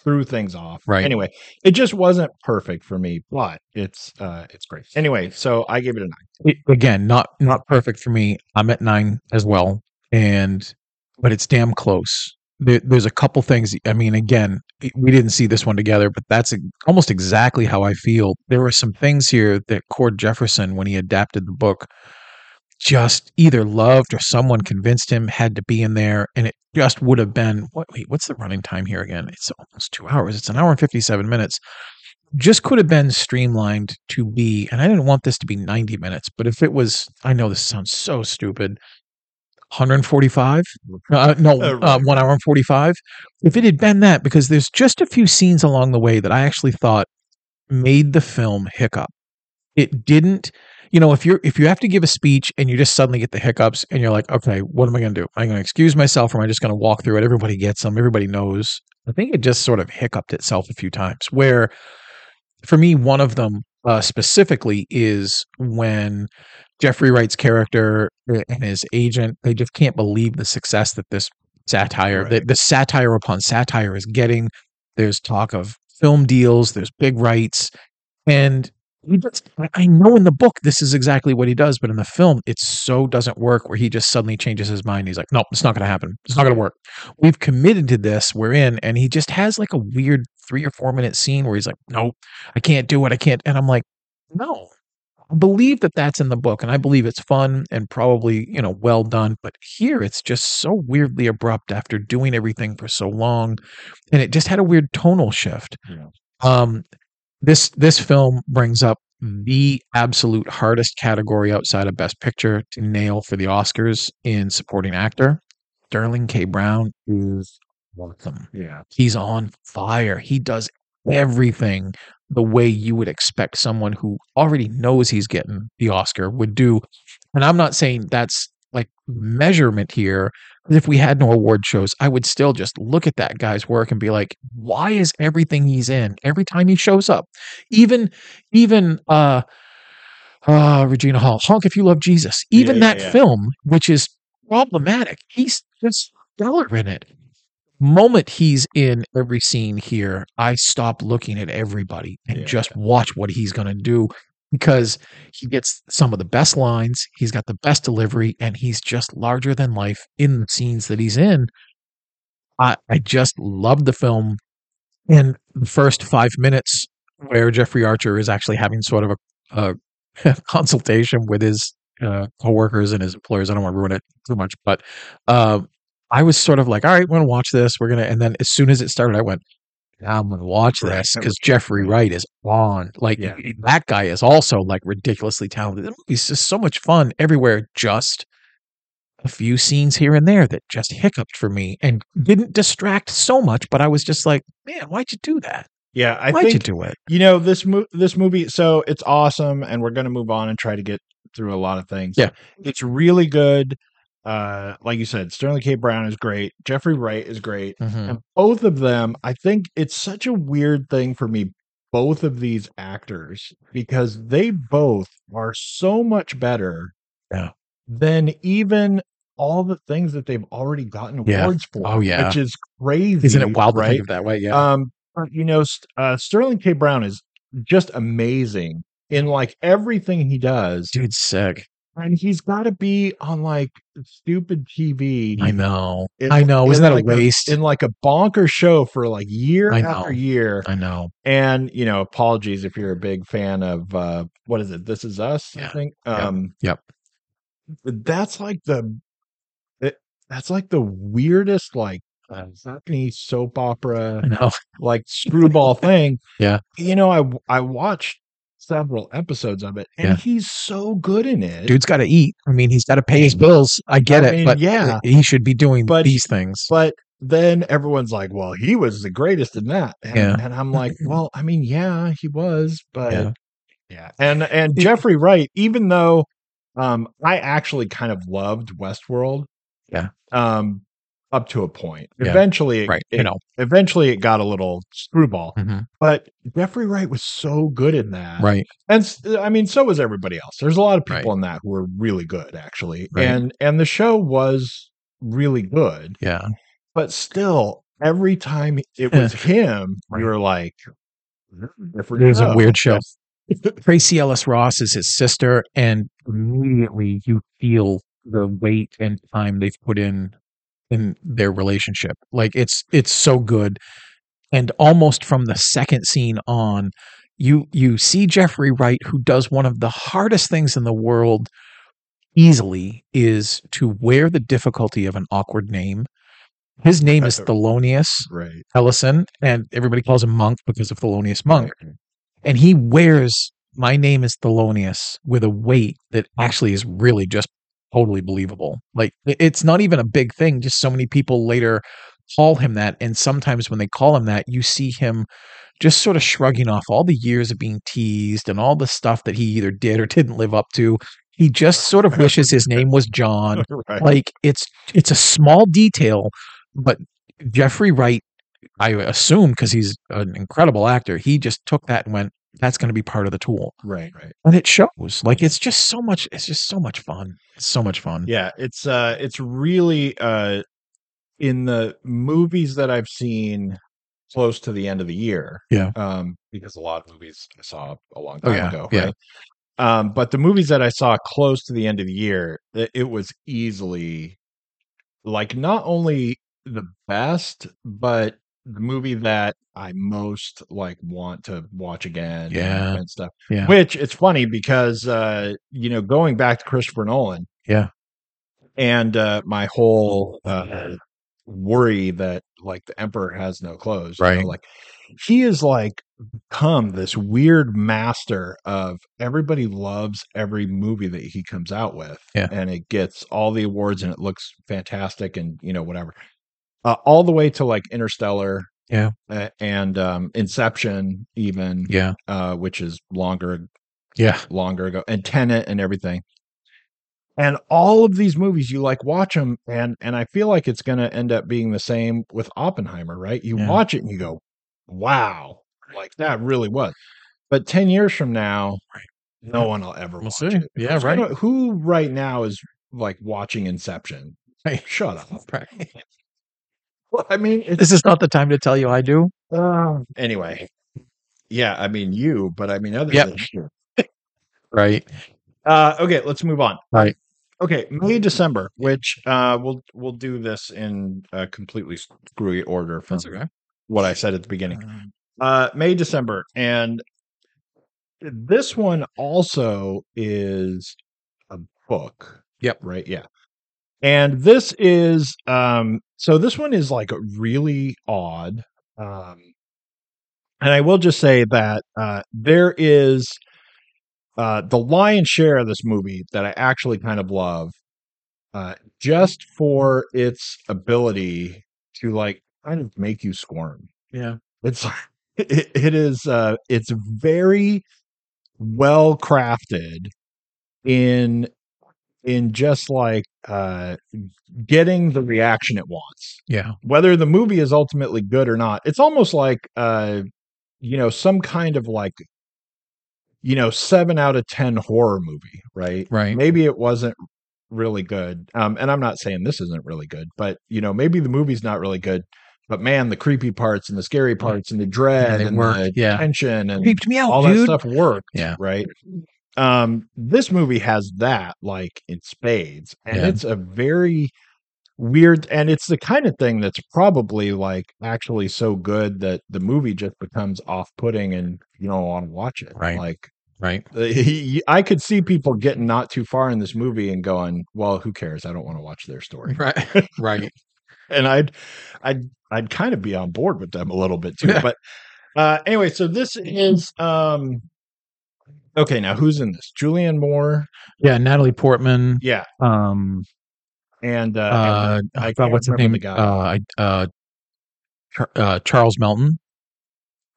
A: threw things off.
B: Right.
A: Anyway, it just wasn't perfect for me, but it's uh it's great. Anyway, so I gave it a nine.
B: It- again, not not perfect for me. I'm at nine as well, and but it's damn close. There, there's a couple things. I mean, again, we didn't see this one together, but that's almost exactly how I feel. There were some things here that Cord Jefferson, when he adapted the book, just either loved or someone convinced him had to be in there, and it just would have been. What, wait, what's the running time here again? It's almost two hours. It's an hour and fifty-seven minutes just could have been streamlined to be, and I didn't want this to be 90 minutes, but if it was, I know this sounds so stupid, 145, uh, no,
A: Uh,
B: uh, one hour and 45. If it had been that, because there's just a few scenes along the way that I actually thought made the film hiccup. It didn't, you know, if you're, if you have to give a speech and you just suddenly get the hiccups and you're like, okay, what am I going to do? Am I going to excuse myself or am I just going to walk through it? Everybody gets them. Everybody knows. I think it just sort of hiccuped itself a few times where for me, one of them uh, specifically is when Jeffrey Wright's character uh, and his agent they just can't believe the success that this satire
A: Right.
B: that the satire upon satire is getting. There's talk of film deals. There's big rights, and he just, I- I know in the book this is exactly what he does, but in the film it so doesn't work. Where he just suddenly changes his mind. He's like, "No, it's not going to happen. It's not going to work." We've committed to this. We're in, and he just has like a weird three or four minute scene where he's like, "Nope." I can't do it. I can't. And I'm like, no, I believe that that's in the book and I believe it's fun and probably, you know, well done. But here it's just so weirdly abrupt after doing everything for so long. And it just had a weird tonal shift.
A: Yeah.
B: Um, this, this film brings up the absolute hardest category outside of best picture to nail for the Oscars in supporting actor. Sterling K. Brown is awesome
A: Yeah.
B: he's on fire. He does everything the way you would expect someone who already knows he's getting the Oscar would do. And I'm not saying that's like measurement here. 'cause If we had no award shows, I would still just look at that guy's work and be like, why is everything he's in every time he shows up? Even, even, uh, uh, Regina Hall, Honk If You Love Jesus, even
A: yeah,
B: that
A: yeah.
B: film, which is problematic, he's just stellar in it moment he's in every scene here, I stop looking at everybody and
A: Yeah.
B: just watch what he's going to do because he gets some of the best lines, he's got the best delivery, and he's just larger than life in the scenes that he's in. I, I just love the film. And the first five minutes where Jeffrey Archer is actually having sort of a, a consultation with his uh, coworkers and his employers. I don't want to ruin it too much, but uh, I was sort of like, all right, we're gonna watch this. We're gonna, and then as soon as it started, I went, "Now I'm gonna watch
A: Right.
B: this because Jeffrey Wright is on. Like
A: Yeah.
B: that guy is also like ridiculously talented. The movie's just so much fun everywhere. Just a few scenes here and there that just hiccuped for me and didn't distract so much, but I was just like, man, why'd you do that?
A: Yeah, I
B: Why'd
A: think
B: you do it?
A: you know this mo- this movie so it's awesome and we're going to move on and try to get through a lot of things
B: Yeah.
A: it's really good uh like you said sterling k brown is great jeffrey wright is great
B: Mhm.
A: and both of them i think it's such a weird thing for me both of these actors because they both are so much better
B: Yeah.
A: than even all the things that they've already gotten
B: Yeah.
A: awards for
B: Oh, yeah.
A: which is crazy
B: Isn't it wild to
A: right
B: think of that way? Yeah.
A: um, but, you know, St- uh, Sterling K. Brown is just amazing in like everything he does,
B: Dude's sick.
A: and he's got to be on like stupid TV.
B: I know.
A: in-
B: I know.
A: in,
B: Isn't that
A: like,
B: a waste?
A: in like a bonker show for like year
B: I
A: after
B: know.
A: year?
B: I know.
A: And you know, apologies if you're a big fan of uh, what is it? This is us. I
B: Yeah.
A: think.
B: Yep.
A: Um,
B: Yep.
A: That's like the. It, that's like the weirdest like uh, Cockney soap opera
B: I know.
A: like screwball thing.
B: Yeah.
A: You know, I I watched several episodes of it and
B: Yeah.
A: he's so good in it.
B: Dude's got to eat. I mean, he's got to pay his bills. I get
A: I
B: it,
A: mean,
B: but
A: yeah.
B: he should be doing
A: But-
B: these things.
A: But then everyone's like, well, he was the greatest in that. And,
B: Yeah.
A: and I'm like, well, I mean, yeah, he was, but yeah.
B: Yeah.
A: And and
B: It-
A: Jeffrey Wright, even though um I actually kind of loved Westworld.
B: Yeah.
A: Um up to a point.
B: Yeah.
A: Eventually it,
B: right.
A: it-
B: you know.
A: eventually it got a little screwball.
B: Mhm.
A: But Jeffrey Wright was so good in that.
B: Right.
A: and s- i mean so was everybody else there's a lot of people
B: Right.
A: in that who were really good actually
B: Right.
A: and and the show was really good
B: Yeah.
A: but still every time it was him
B: Right.
A: you were like different
B: There's a
A: show.
B: weird show.
A: That's-
B: Tracy Ellis Ross is his sister, and immediately you feel the weight and time they've put in in their relationship. Like it's it's so good, and almost from the second scene on, you you see Jeffrey Wright, who does one of the hardest things in the world easily is to wear the difficulty of an awkward name. His name is
A: Uh,
B: Thelonious
A: right
B: Ellison, and everybody calls him Monk because of Thelonious Monk and he wears my name is Thelonious with a weight that actually is really just totally believable. Like i- it's not even a big thing. Just so many people later call him that. And sometimes when they call him that, you see him just sort of shrugging off all the years of being teased and all the stuff that he either did or didn't live up to. He just sort of wishes his name was John
A: right
B: like it's it's a small detail but jeffrey wright i assume because he's an incredible actor he just took that and went that's going to be part of the tool
A: right right
B: and it shows like it's just so much it's just so much fun it's so much fun
A: yeah it's uh it's really uh in the movies that i've seen close to the end of the year
B: Yeah.
A: um because a lot of movies i saw a long
B: Oh,
A: time
B: yeah,
A: ago
B: yeah.
A: right um but the movies that i saw close to the end of the year it, it was easily like not only the best but the movie that i most like want to watch again and-
B: Yeah.
A: and stuff
B: Yeah.
A: which it's funny because uh you know going back to christopher nolan
B: Yeah.
A: and uh my whole uh worry that like the emperor has no clothes you know,
B: Right.
A: like he is like become this weird master of everybody loves every movie that he comes out with
B: Yeah.
A: and it gets all the awards and it looks fantastic and you know whatever uh, all the way to like interstellar
B: Yeah.
A: uh, and um inception even
B: yeah
A: uh which is longer
B: yeah
A: longer ago and tenant and everything and all of these movies you like watch them and and i feel like it's going to end up being the same with oppenheimer right you
B: Yeah.
A: watch it and you go wow like that really was but 10 years from now
B: Right.
A: no one will ever
B: We'll
A: watch
B: see.
A: it
B: Yeah,
A: Who's
B: right.
A: gonna- who right now is like watching inception
B: Right.
A: shut up well, i mean it's
B: this is not the time to tell you i do
A: um, anyway yeah i mean you but i mean other
B: Yep.
A: than
B: right
A: Uh, okay, let's move on.
B: Right.
A: Okay, May December, which uh, we'll we'll
B: Um,
A: do this in a completely screwy order from what I said at the beginning. uh, May December, and this one also is a book.
B: Yep.
A: Right. Yeah. And this is um so this one is like really odd. Um and I will just say that uh there is uh the lion's share of this movie that I actually kind of love uh just for its ability to like kind of make you squirm.
B: Yeah.
A: It's it, it is uh it's very well crafted in in just like uh getting the reaction it wants
B: Yeah.
A: whether the movie is ultimately good or not it's almost like uh you know some kind of like you know 7 out of 10 horror movie right
B: Right.
A: maybe it wasn't really good um and i'm not saying this isn't really good but you know maybe the movie's not really good but man the creepy parts and the scary parts and the dread
B: they
A: and,
B: work,
A: the
B: yeah.
A: tension and
B: Creeped me out,
A: all
B: dude.
A: that stuff worked.
B: Yeah.
A: Right. Um, this movie has that like in spades, and
B: Yeah.
A: it's a very weird and it's the kind of thing that's probably like actually so good that the movie just becomes off-putting and you don't want to watch it
B: Right.
A: like
B: Right.
A: Uh, i could see people getting not too far in this movie and going well who cares i don't want to watch their story
B: Right. right.
A: and I'd I'd I'd kind of be on board with them a little bit too.
B: Yeah.
A: But uh anyway, so this is um okay now who's in this? Julianne Moore.
B: Yeah. Natalie Portman.
A: Yeah.
B: Um.
A: And uh,
B: Uh.
A: I
B: I
A: can't
B: what's his name?
A: remember the guy.
B: Uh. I- Uh. Char- uh, Charles Melton.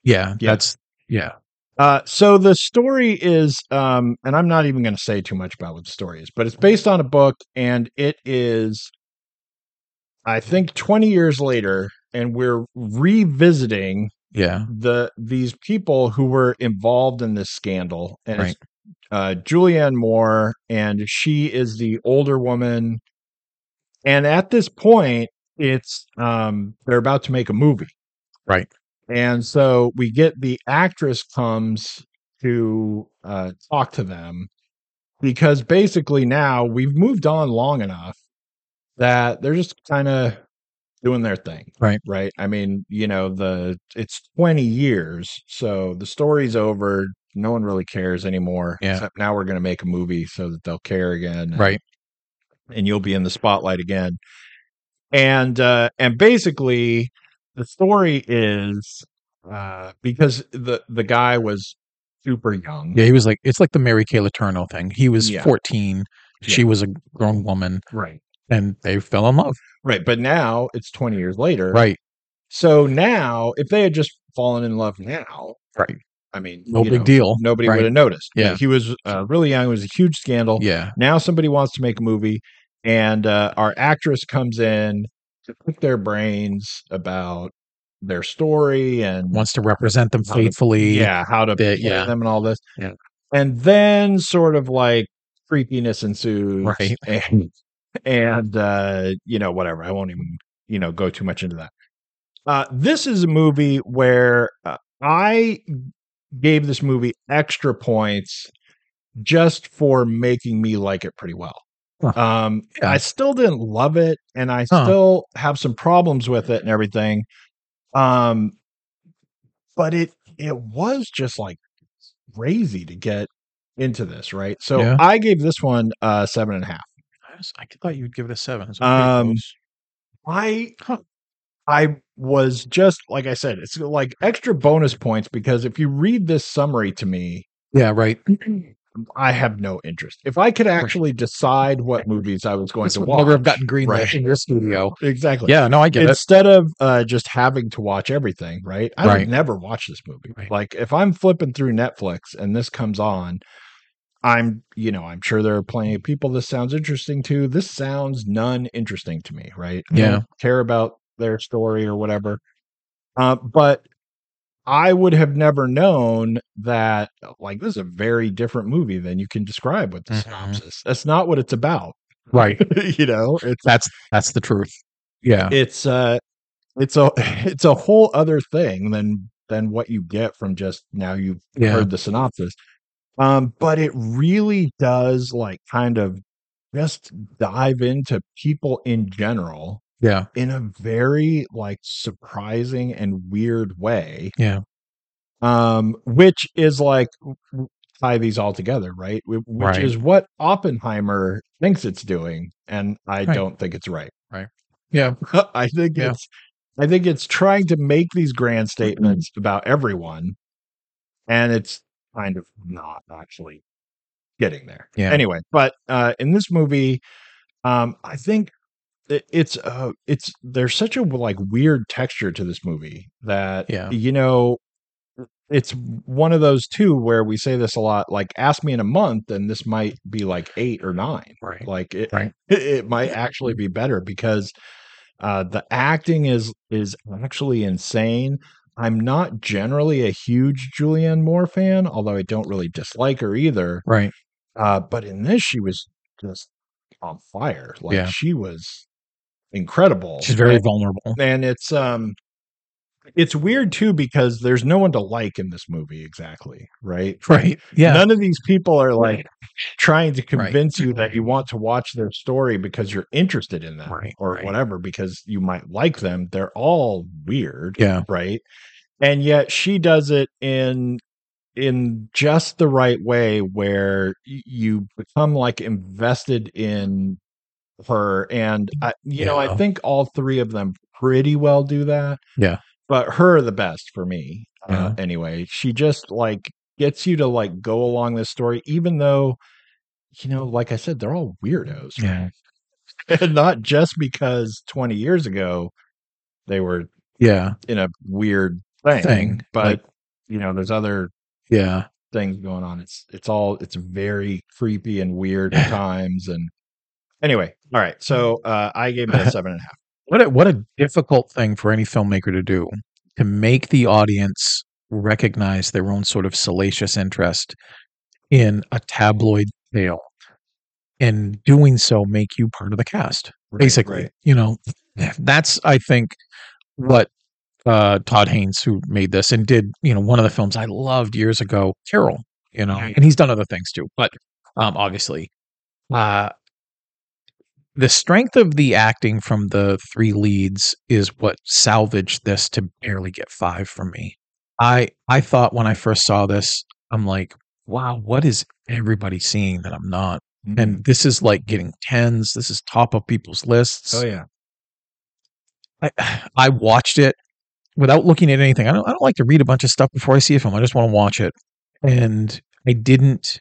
B: Yeah.
A: Yeah.
B: That's yeah.
A: uh so the story is um and I'm not even gonna say too much about what the story is, but it's based on a book and it is I think 20 years later, and we're revisiting
B: Yeah.
A: the these people who were involved in this scandal and it's,
B: Right.
A: uh Julianne Moore and she is the older woman and at this point it's um they're about to make a movie
B: Right.
A: and so we get the actress comes to uh talk to them because basically now we've moved on long enough that they're just kind of doing their thing
B: Right.
A: right i mean you know the it's 20 years so the story's over no one really cares anymore
B: Yeah.
A: except now we're going to make a movie so that they'll care again
B: Right.
A: and you'll be in the spotlight again and uh and basically the story is uh because the the guy was super young
B: Yeah. He was like it's like the Mary Kay Letourneau thing. He was
A: Yeah.
B: 14. She was a grown woman,
A: right
B: and they fell in love.
A: right but now it's 20 years later
B: Right.
A: so now if they had just fallen in love now
B: Right.
A: i mean
B: No
A: you
B: big
A: know,
B: deal.
A: nobody
B: Right.
A: would have noticed
B: Yeah.
A: he was uh, really young it was a huge scandal
B: Yeah.
A: now somebody wants to make a movie and uh, our actress comes in to pick their brains about their story and
B: Wants to represent them
A: How to-
B: faithfully.
A: yeah how to
B: Bit,
A: play
B: yeah.
A: them and all this
B: Yeah.
A: and then sort of like creepiness ensues
B: Right.
A: and, and uh you know whatever i won't even you know go too much into that uh this is a movie where uh, i gave this movie extra points just for making me like it pretty well
B: Huh.
A: um
B: Yeah.
A: i still didn't love it and i
B: Huh.
A: still have some problems with it and everything um but it it was just like crazy to get into this right so
B: Yeah.
A: i gave this one uh seven and a half
B: I, was- I thought you'd give it a seven. It's pretty
A: Um,
B: close.
A: i i was just like i said it's like extra bonus points because if you read this summary to me
B: yeah, right.
A: i have no interest if i could actually decide what movies i was going
B: This
A: to
B: would
A: watch
B: never have gotten greenlit
A: right.
B: in your studio.
A: exactly
B: Yeah, no, I get it.
A: instead of uh, just having to watch everything, right? I
B: Right.
A: would never watch this movie.
B: Right.
A: Like if I'm flipping through Netflix and this comes on, I'm, you know, I'm sure there are plenty of people this sounds interesting to. This sounds none interesting to me, right? I
B: Yeah.
A: don't care about their story or whatever. Uh, but I would have never known that like this is a very different movie than you can describe with the
B: Mhm.
A: synopsis. That's not what it's about.
B: Right.
A: you know, it's
B: That's that's the truth. Yeah.
A: it's uh it's a it's a whole other thing than than what you get from just now you've
B: Yeah.
A: heard the synopsis um but it really does like kind of just dive into people in general
B: Yeah.
A: in a very like surprising and weird way
B: Yeah.
A: um, which is like tie these all together, right? Wh- Which
B: Right.
A: is what Oppenheimer thinks it's doing, and I
B: Right.
A: don't think it's right.
B: Yeah.
A: I think
B: Yeah. Mm-hmm.
A: it's I think it's trying to make these grand statements about everyone, and it's kind of not actually getting there.
B: Yeah.
A: Anyway, but uh, in this movie, um, I think it- it's uh, it's there's such a like weird texture to this movie that
B: Yeah.
A: you know it's one of those two where we say this a lot like ask me in a month and this might be like eight or nine
B: Right.
A: like it,
B: Right.
A: it, it might actually be better because uh the acting is is actually insane i'm not generally a huge julianne moore fan although i don't really dislike her either
B: Right.
A: uh but in this she was just on fire like
B: Yeah.
A: she was incredible
B: She's very
A: And-
B: vulnerable.
A: and it's um it's weird too because there's no one to like in this movie exactly right
B: Right. Yeah.
A: None of these people are like trying to
B: Right.
A: convince you that you want to watch their story because you're interested in them
B: Right,
A: or
B: right.
A: whatever because you might like them. They're all weird,
B: yeah.
A: right? And yet she does it in in just the right way where y- you become like invested in her and I, you know I
B: Mm, Yeah.
A: think all three of them pretty well do that.
B: Yeah. Uh-huh.
A: But her the best for me. Uh, anyway, she just like gets you to like go along this story even though you know like I said they're all weirdos.
B: Yeah.
A: And not just because 20 years ago they were
B: Yeah.
A: in a weird thing,
B: Thing,
A: but
B: like-
A: you know there's other
B: Yeah.
A: things going on it's it's all it's very creepy and weird at times and anyway all right
B: Mm.
A: so uh i gave it a seven and a half
B: What a, what a difficult thing for any filmmaker to do to make the audience recognize their own sort of salacious interest in a tabloid tale, and doing so make you part of the cast. basically you know that's i think what uh todd haynes who made this and did you know one of the films i loved years ago carol you know
A: Right.
B: and he's done other things too but um obviously uh the strength of the acting from the three leads is what salvaged this to barely get five from me i i thought when i first saw this i'm like wow what is everybody seeing that i'm not
A: mm-hmm.
B: and this is like getting tens this is top of people's lists
A: oh yeah
B: I, I watched it without looking at anything. I don't, I don't like to read a bunch of stuff before I see a film. I just want to watch it. And I didn't,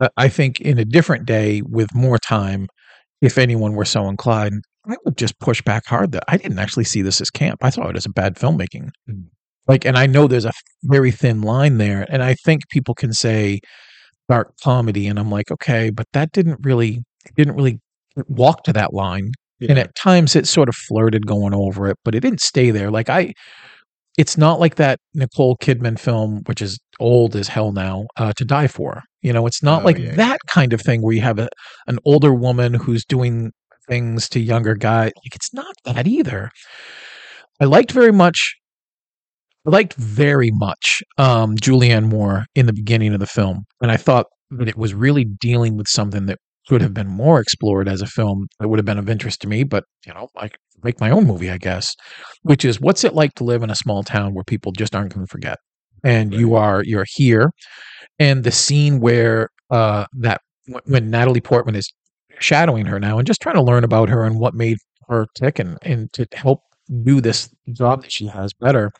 B: I- I think in a different day with more time, if anyone were so inclined, I would just push back hard that I didn't actually see this as camp. I saw it as a bad filmmaking.
A: Mm.
B: Like, and I know there's a very thin line there. And I think people can say dark comedy. And I'm like, okay, but that didn't really, it didn't really walk to that line and at times it sort of flirted going over it but it didn't stay there like i it's not like that nicole kidman film which is old as hell now uh, to die for you know it's not
A: Oh,
B: like
A: yeah,
B: that kind of thing where you have a, an older woman who's doing things to younger guy like it's not that either i liked very much i liked very much um, julianne moore in the beginning of the film and i thought that it was really dealing with something that could have been more explored as a film that would have been of interest to me, but you know, I could make my own movie, I guess, which is what's it like to live in a small town where people just aren't going to forget? And you are, you're here. And the scene where uh, that, wh- when Natalie Portman is shadowing her now and just trying to learn about her and what made her tick and, and to help do this job that she has better.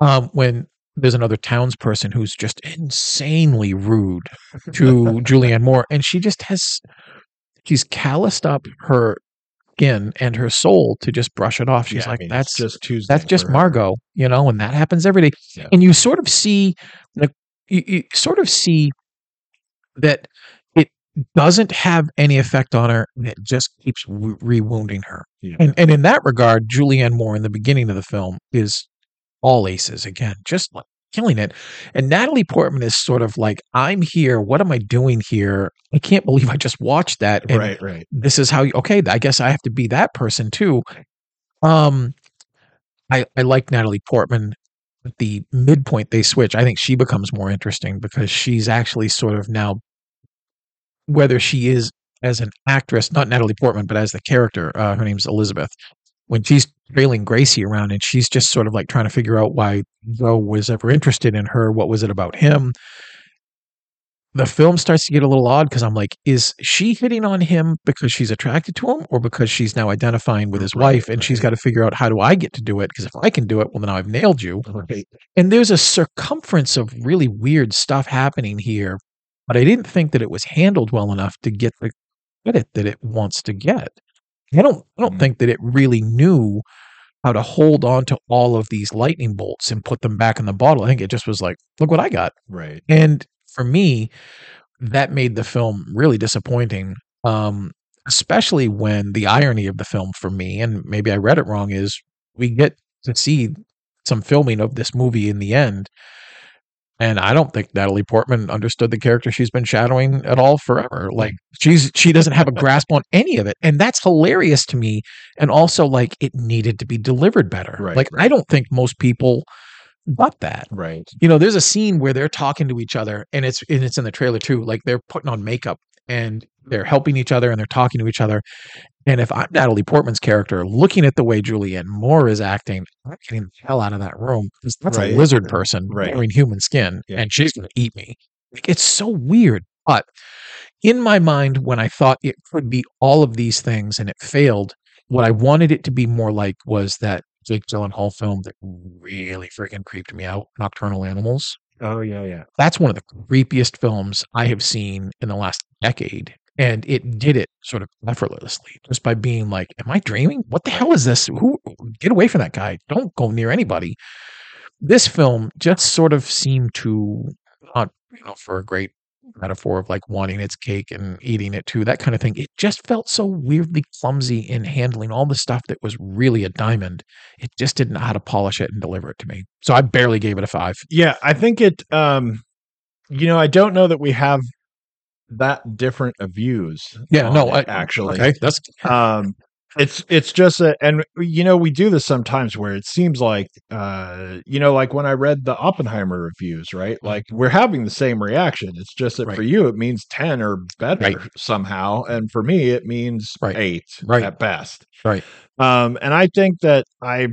B: Um, when there's another townsperson who's just insanely rude to Julianne Moore, and she just has she's calloused up her skin and her soul to just brush it off. She's
A: Yeah, I
B: like,
A: mean, it's
B: "That's
A: just tuesday
B: that's just
A: for her.
B: Margot," you know, and that happens every day.
A: Yeah.
B: And you sort of see, like, you, you sort of see that it doesn't have any effect on her, and it just keeps w- rewounding her.
A: Yeah.
B: And and in that regard, Julianne Moore in the beginning of the film is all aces again, just like killing it. And Natalie Portman is sort of like, I'm here. What am I doing here? I can't believe I just watched that. And
A: right right
B: this is how you okay, I guess I have to be that person too. Um I I like Natalie Portman at the midpoint they switch. I think she becomes more interesting because she's actually sort of now whether she is as an actress, not Natalie Portman, but as the character, uh, her name's Elizabeth. when she's trailing Gracie around and she's just sort of like trying to figure out why Joe was ever interested in her, what was it about him? The film starts to get a little odd because I'm like, is she hitting on him because she's attracted to him or because she's now identifying with his
A: Right,
B: wife and she's
A: right.
B: got to figure out how do I get to do it? Because if I can do it, well, now I've nailed you.
A: Right.
B: And there's a circumference of really weird stuff happening here, but I didn't think that it was handled well enough to get the credit that it wants to get. I don't I don't
A: Mhm.
B: think that it really knew how to hold on to all of these lightning bolts and put them back in the bottle. I think it just was like, look what I got.
A: Right.
B: And for me, that made the film really disappointing. Um, especially when the irony of the film for me, and maybe I read it wrong, is we get to see some filming of this movie in the end. And I don't think Natalie Portman understood the character she's been shadowing at all forever. Like she's she doesn't have a grasp on any of it. And that's hilarious to me. And also like it needed to be delivered better.
A: Right,
B: like I
A: right.
B: don't think most people got that
A: Right.
B: you know there's a scene where they're talking to each other and it's and it's in the trailer too like they're putting on makeup and they're helping each other and they're talking to each other and if i'm natalie portman's character looking at the way julianne moore is acting i'm getting the hell out of that room 'cause that's
A: Right.
B: a lizard person
A: Right.
B: wearing human skin
A: Yeah.
B: and she's going to eat me like, it's so weird but in my mind when i thought it could be all of these things and it failed what i wanted it to be more like was that jake gyllenhaal film that really freaking creeped me out nocturnal animals
A: Oh yeah, yeah.
B: that's one of the creepiest films I have seen in the last decade. And it did it sort of effortlessly just by being like, Am I dreaming? What the hell is this? Who get away from that guy? Don't go near anybody. This film just sort of seemed to not, you know, for a great metaphor of like wanting its cake and eating it too, that kind of thing. It just felt so weirdly clumsy in handling all the stuff that was really a diamond. It just didn't know how to polish it and deliver it to me. So I barely gave it a five.
A: Yeah, I think it um you know, I don't know that we have that different of views.
B: Yeah,
A: on
B: no,
A: it,
B: I,
A: actually.
B: Okay, that's
A: um it's it's just a and you know we do this sometimes where it seems like uh you know like when i read the oppenheimer reviews right like we're having the same reaction it's just that for
B: Mm-hmm. Right.
A: you it means 10 or better
B: Right.
A: somehow and for me it means
B: Right.
A: 8
B: Right.
A: at best
B: Right.
A: um and i think that i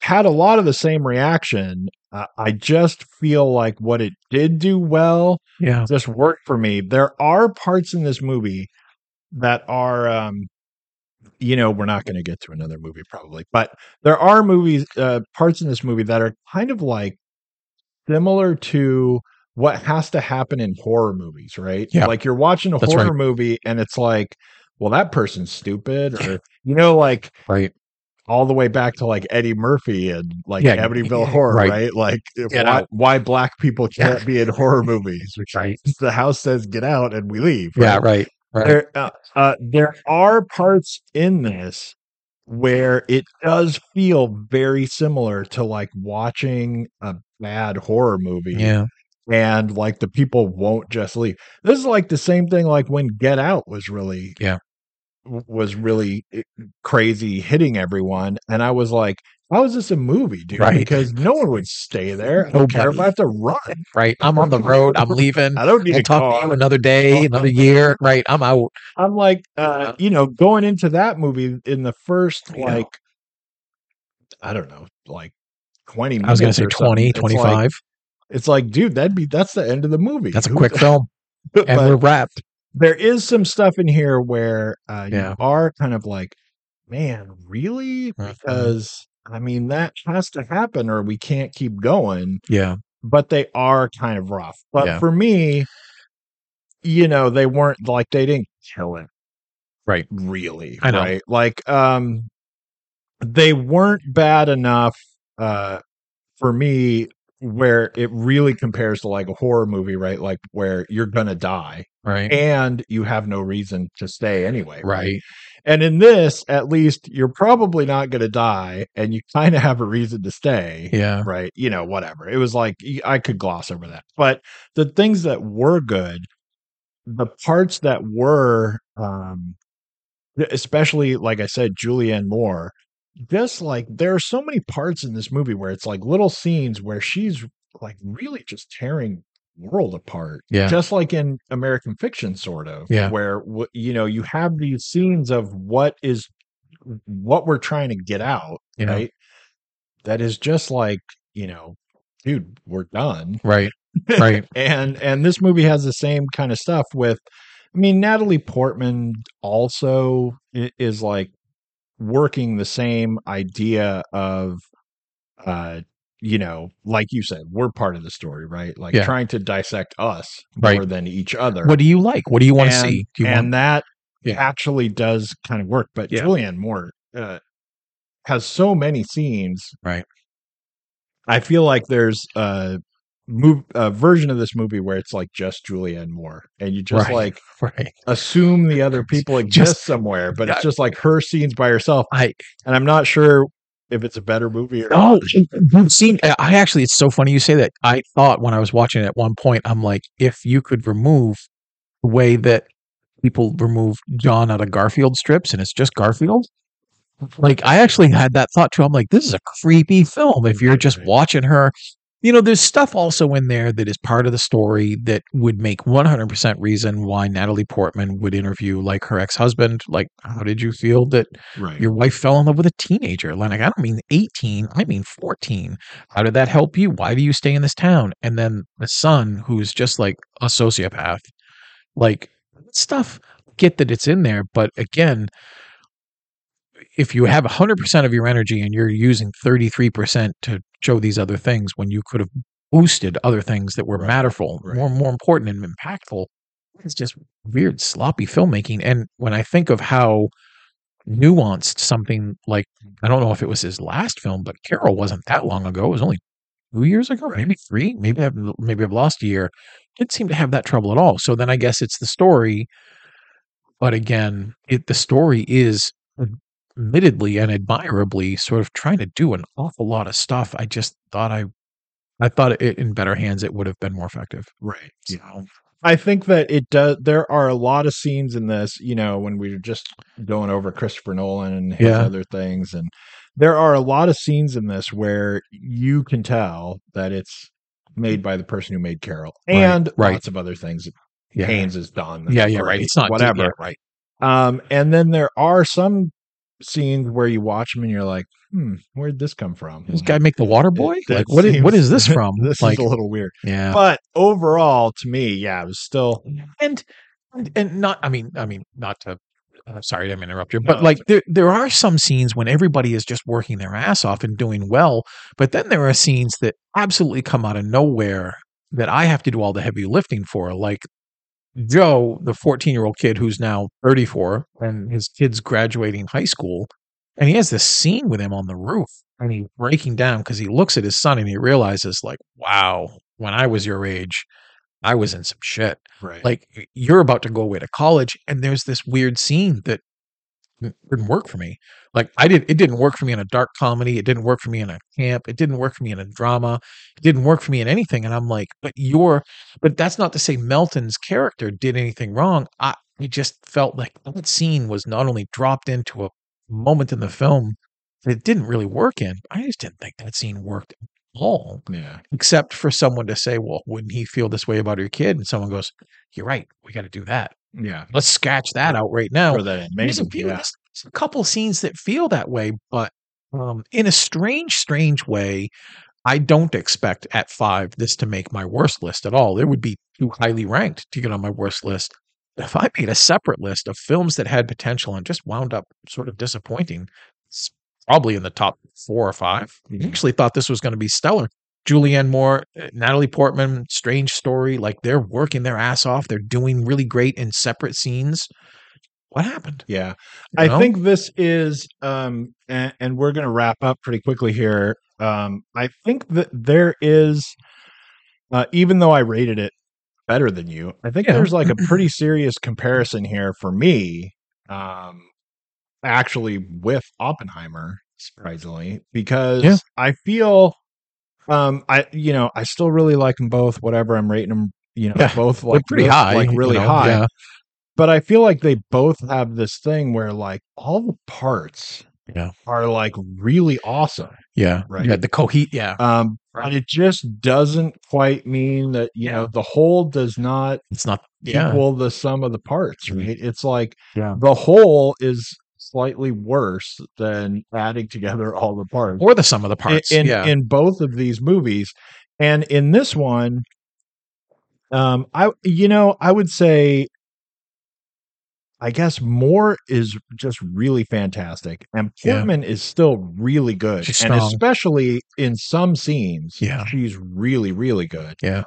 A: had a lot of the same reaction uh, i just feel like what it did do well
B: yeah.
A: this worked for me. There are parts in this movie that are, um, you know, we're not going to get to another movie probably, but there are movies, uh, parts in this movie that are kind of like similar to what has to happen in horror movies, right?
B: Yeah.
A: Like you're watching a
B: That's
A: horror
B: right.
A: movie and it's like, well, that person's stupid, or you know, like
B: Right.
A: all the way back to like Eddie Murphy and like
B: Yeah,
A: Amityville Horror, right?
B: right.
A: Like if
B: Get
A: why,
B: out.
A: why black people
B: Yeah.
A: can't be in horror movies, which
B: Right.
A: the house says get out and we leave.
B: Yeah.
A: right?
B: Right. Right.
A: There, uh, uh, there are parts in this where it does feel very similar to like watching a bad horror movie
B: yeah.
A: and like the people won't just leave. This is like the same thing like when Get Out was really
B: Yeah.
A: w- was really eh, crazy hitting everyone and I was like how is this a movie dude
B: Right.
A: because no one would stay there I don't care if
B: Nobody.
A: I have to run
B: Right. I'm on the road. I'm leaving.
A: I don't need
B: I'll
A: a
B: talk
A: car
B: to you another day, another year. Right. I'm out.
A: I'm like, uh, you know, going into that movie in the first
B: Yeah.
A: like, I don't know, like twenty. Minutes
B: I was going to say
A: or something,
B: 20,
A: it's like-
B: 25.
A: It's like, dude, that'd be that's the end of the movie.
B: That's a
A: Who-
B: quick film.
A: but
B: And we're wrapped.
A: there is some stuff in here where uh,
B: Yeah.
A: you are kind of like, man, really?
B: Mhm.
A: Because I mean, that has to happen, or we can't keep going
B: Yeah.
A: but they are kind of rough. But
B: Yeah.
A: for me, you know, they weren't like they didn't kill it.
B: Right.
A: Really.
B: I know.
A: Right. Like um they weren't bad enough uh for me where it really compares to like a horror movie, right? Like where you're gonna die
B: Right.
A: and you have no reason to stay anyway.
B: right.
A: And in this, at least you're probably not gonna die and you kind of have a reason to stay
B: Yeah.
A: right? You know, whatever. It was like y- I could gloss over that. But the things that were good, the parts that were um especially like I said Julianne Moore, just like there are so many parts in this movie where it's like little scenes where she's like really just tearing the world apart
B: Yeah.
A: just like in american fiction sort of
B: Yeah.
A: where wh- you know you have these scenes of what is what we're trying to get out,
B: Yeah.
A: right? That is just like, you know, dude, we're done.
B: Right. Right.
A: And and this movie has the same kind of stuff with I mean, Natalie Portman also i- is like working the same idea of uh you know, like you said, we're part of the story, right? Like
B: Yeah.
A: trying to dissect us
B: Right.
A: more than each other
B: What do you like? What do you want to
A: and,
B: see? Do you
A: and
B: want
A: that
B: Yeah.
A: actually does kind of work. But
B: Yeah.
A: Julianne Moore uh, has so many scenes.
B: Right.
A: I feel like there's a move a version of this movie where it's like just Julianne Moore, and you just
B: Right.
A: like
B: right?
A: assume the other people
B: Just-
A: exist somewhere, but
B: Yeah.
A: it's just like her scenes by herself.
B: I
A: And I'm not sure if it's a better movie or
B: Oh, you've seen. uh, I actually, it's so funny you say that. I thought when I was watching it at one point, I'm like, if you could remove the way that people remove John out of Garfield strips and it's just Garfield, like I actually had that thought too. I'm like, this is a creepy film. If you're just
A: Right.
B: watching her, you know, there's stuff also in there that is part of the story that would make 100% reason why Natalie Portman would interview like her ex husband. Like, how did you feel that
A: right.
B: your wife fell in love with a teenager. Like, I don't mean 18, I mean 14. How did that help you? Why do you stay in this town? And then the son, who's just like a sociopath, like stuff, get that it's in there. But again, if you have 100% of your energy and you're using 33% to show these other things when you could have boosted other things that were
A: Right,
B: matterful,
A: right.
B: more more important and impactful, it's just weird, sloppy filmmaking. And when I think of how nuanced something like I don't know if it was his last film, but Carol wasn't that long ago. It was only two years ago, maybe three, maybe I've maybe I've lost a year. Didn't seem to have that trouble at all. So then I guess it's the story. But again, it the story is admittedly and admirably sort of trying to do an awful lot of stuff. I just thought I I thought it in better hands it would have been more effective.
A: Right.
B: So,
A: I think that it does. There are a lot of scenes in this, you know, when we were just going over Christopher Nolan and his
B: Yeah.
A: other things, and there are a lot of scenes in this where you can tell that it's made by the person who made Carol,
B: Right,
A: and
B: right.
A: lots of other things.
B: yeah.
A: Haynes has done.
B: Yeah, yeah, right. It's not
A: whatever.
B: yeah, right.
A: Um, and then there are some scenes where you watch them and you're like, hmm, where'd this come from?
B: This guy make the water boy?
A: that
B: like what is, what
A: seems-
B: is this from?
A: This
B: like
A: is a little weird.
B: yeah.
A: But overall, to me, yeah, it was still
B: and and- and not i mean i mean not to uh, sorry i didn't mean to interrupt you
A: No,
B: but
A: that's
B: like there there are some scenes when everybody is just working their ass off and doing well but then there are scenes that absolutely come out of nowhere that i have to do all the heavy lifting for like joe the 14 year old kid who's now 34 and his kids graduating high school and he has this scene with him on the roof and he's breaking down because he looks at his son and he realizes like wow when i was your age i was in some shit
A: right.
B: like y- you're about to go away to college and there's this weird scene that n- didn't work for me like i did it didn't work for me in a dark comedy it didn't work for me in a camp it didn't work for me in a drama it didn't work for me in anything and i'm like but you're but that's not to say melton's character did anything wrong i it just felt like that scene was not only dropped into a moment in the film that it didn't really work in i just didn't think that scene worked at all
A: yeah.
B: except for someone to say, "Well, wouldn't he feel this way about your kid?" And someone goes, "You're right. We got to do that.
A: Yeah.
B: Let's scratch that out right now."
A: for that
B: There's a,
A: amazing.
B: few,
A: yeah.
B: there's there's a couple scenes that feel that way, but um, in a strange, strange way, I don't expect at five this to make my worst list at all. It would be too highly ranked to get on my worst list. If I made a separate list of films that had potential and just wound up sort of disappointing, it's probably in the top four or five. I actually thought this was going to be stellar. Julianne Moore, uh, Natalie Portman, Strange Story, like they're working their ass off. They're doing really great in separate scenes. What happened?
A: Yeah.
B: You
A: I
B: know?
A: think this is um and, and we're going to wrap up pretty quickly here. Um I think that there is uh even though I rated it better than you, I think
B: Yeah.
A: there's like a pretty serious comparison here for me um actually with Oppenheimer surprisingly because
B: Yeah.
A: I feel um I you know, I still really like them both whatever I'm rating them you know,
B: Yeah.
A: both
B: They're
A: like real- like
B: you
A: really
B: know,
A: high
B: yeah.
A: but I feel like they both have this thing where like all the parts
B: Yeah.
A: are like really awesome.
B: Yeah.
A: Right.
B: Yeah, the cohe yeah.
A: Um
B: Right.
A: but it just doesn't quite mean that you know the whole does not
B: It's not yeah.
A: equal the sum of the parts,
B: Mhm.
A: right? It's like
B: Yeah.
A: the whole is slightly worse than adding together all the parts.
B: or the sum of the parts.
A: in,
B: yeah.
A: in both of these movies. And in this one, um, I you know, I would say I guess Moore is just really fantastic. And
B: Yeah.
A: Portman is still really good.
B: She's
A: and
B: strong.
A: especially in some scenes,
B: Yeah.
A: she's really, really good.
B: Yeah.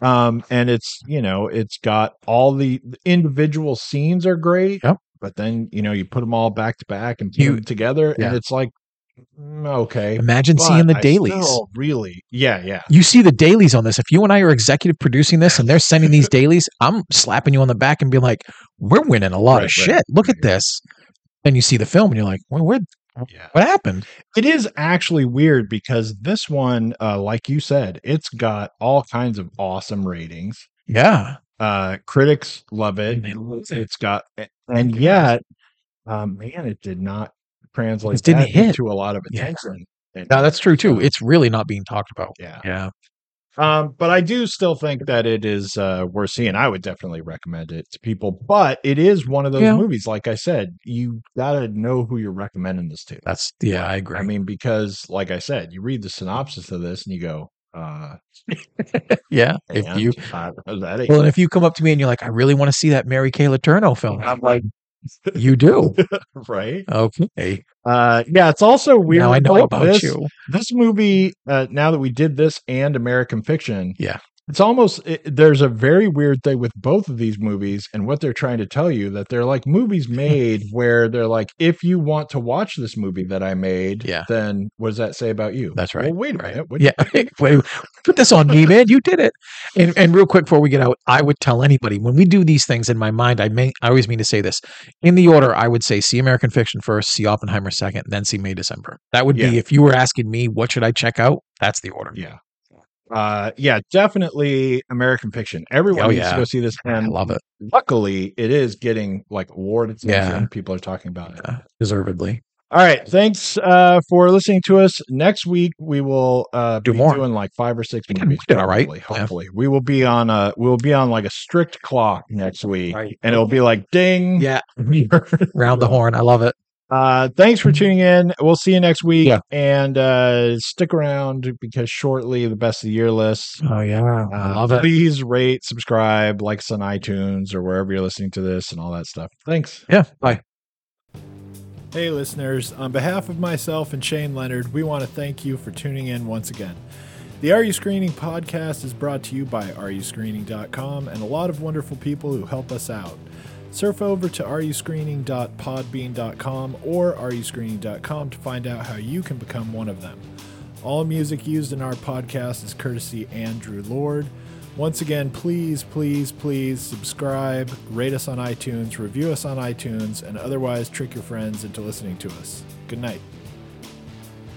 A: Um, and it's you know, it's got all the the individual scenes are great.
B: Yep.
A: But then, you know, you put them all back to back and put
B: You-
A: them together,
B: yeah.
A: and it's like mm, okay
B: Imagine seeing
A: but
B: the
A: I
B: dailies.
A: still really, yeah, yeah.
B: you see the dailies on this. If you and I are executive producing this and they're sending these dailies, I'm slapping you on the back and being like, "We're winning a
A: Right,
B: lot of
A: right,
B: shit. Look
A: right.
B: at this." And you see the film and you're like, well, where,
A: Yeah.
B: what happened?
A: It is actually weird because this one, uh, like you said, it's got all kinds of awesome ratings.
B: Yeah.
A: Uh, critics love it.
B: And they love it.
A: It's got, and yet, um, man, it did not translate
B: It didn't
A: that
B: hit.
A: into a lot of
B: Yeah.
A: attention.
B: No, that's true too. It's really not being talked about.
A: yeah.
B: Yeah.
A: Um, but I do still think that it is uh, worth seeing. I would definitely recommend it to people. But it is one of those
B: Yeah.
A: movies, like I said, you gotta know who you're recommending this to.
B: That's, yeah, I agree.
A: I mean, because like I said, you read the synopsis of this and you go, uh,
B: yeah. If
A: and
B: you,
A: I was at it.
B: well, and if you come up to me and you're like, I really want to see that Mary Kay Letourneau film,
A: Um,
B: I'm like, you do.
A: right?
B: Okay.
A: Uh, yeah, it's also weird.
B: now I know
A: like,
B: about
A: this,
B: you.
A: This movie, uh, now that we did this and American Fiction,
B: Yeah.
A: it's almost it, there's a very weird thing with both of these movies and what they're trying to tell you that they're like movies made where they're like, if you want to watch this movie that I made,
B: Yeah.
A: then what does that say about you?
B: That's
A: Well,
B: right,
A: wait a
B: right.
A: minute. What
B: Yeah, wait, put this on me, man. You did it. And and real quick before we get out, I would tell anybody when we do these things in my mind, I may I always mean to say this. In the order, I would say see American Fiction first, see Oppenheimer second, then see May December. That would
A: Yeah.
B: be if you were asking me what should I check out, that's the order.
A: Yeah. Uh yeah, definitely American fiction. Everyone
B: Oh,
A: needs to
B: yeah.
A: go see this.
B: I
A: And
B: love it.
A: luckily it is getting like award attention.
B: Yeah.
A: People are talking about it.
B: Yeah, uh, deservedly.
A: All right. Thanks uh for listening to us. Next week we will uh
B: Do
A: be
B: more.
A: doing like five or six
B: We did-
A: movies.
B: we did all right.
A: probably,
B: Yeah.
A: Hopefully. We will be on a we'll be on like a strict clock next week.
B: Right.
A: And it'll be like ding.
B: Yeah. Round the horn. I love it.
A: Uh, thanks for tuning in. We'll see you next week.
B: Yeah.
A: And uh, stick around because shortly the best of the year list
B: Oh yeah. I
A: Uh,
B: love it.
A: Please rate, subscribe, like us on iTunes or wherever you're listening to this and all that stuff. Thanks.
B: Yeah. Bye.
C: Hey, listeners, on behalf of myself and Shane Leonard, we want to thank you for tuning in once again. The Are You Screening podcast is brought to you by areyouscreening.com and a lot of wonderful people who help us out. Surf over to areyouscreening.podbean.com or areyouscreening.com to find out how you can become one of them. All music used in our podcast is courtesy Andrew Lord. Once again, please, please, please subscribe, rate us on iTunes, review us on iTunes, and otherwise trick your friends into listening to us. Good night.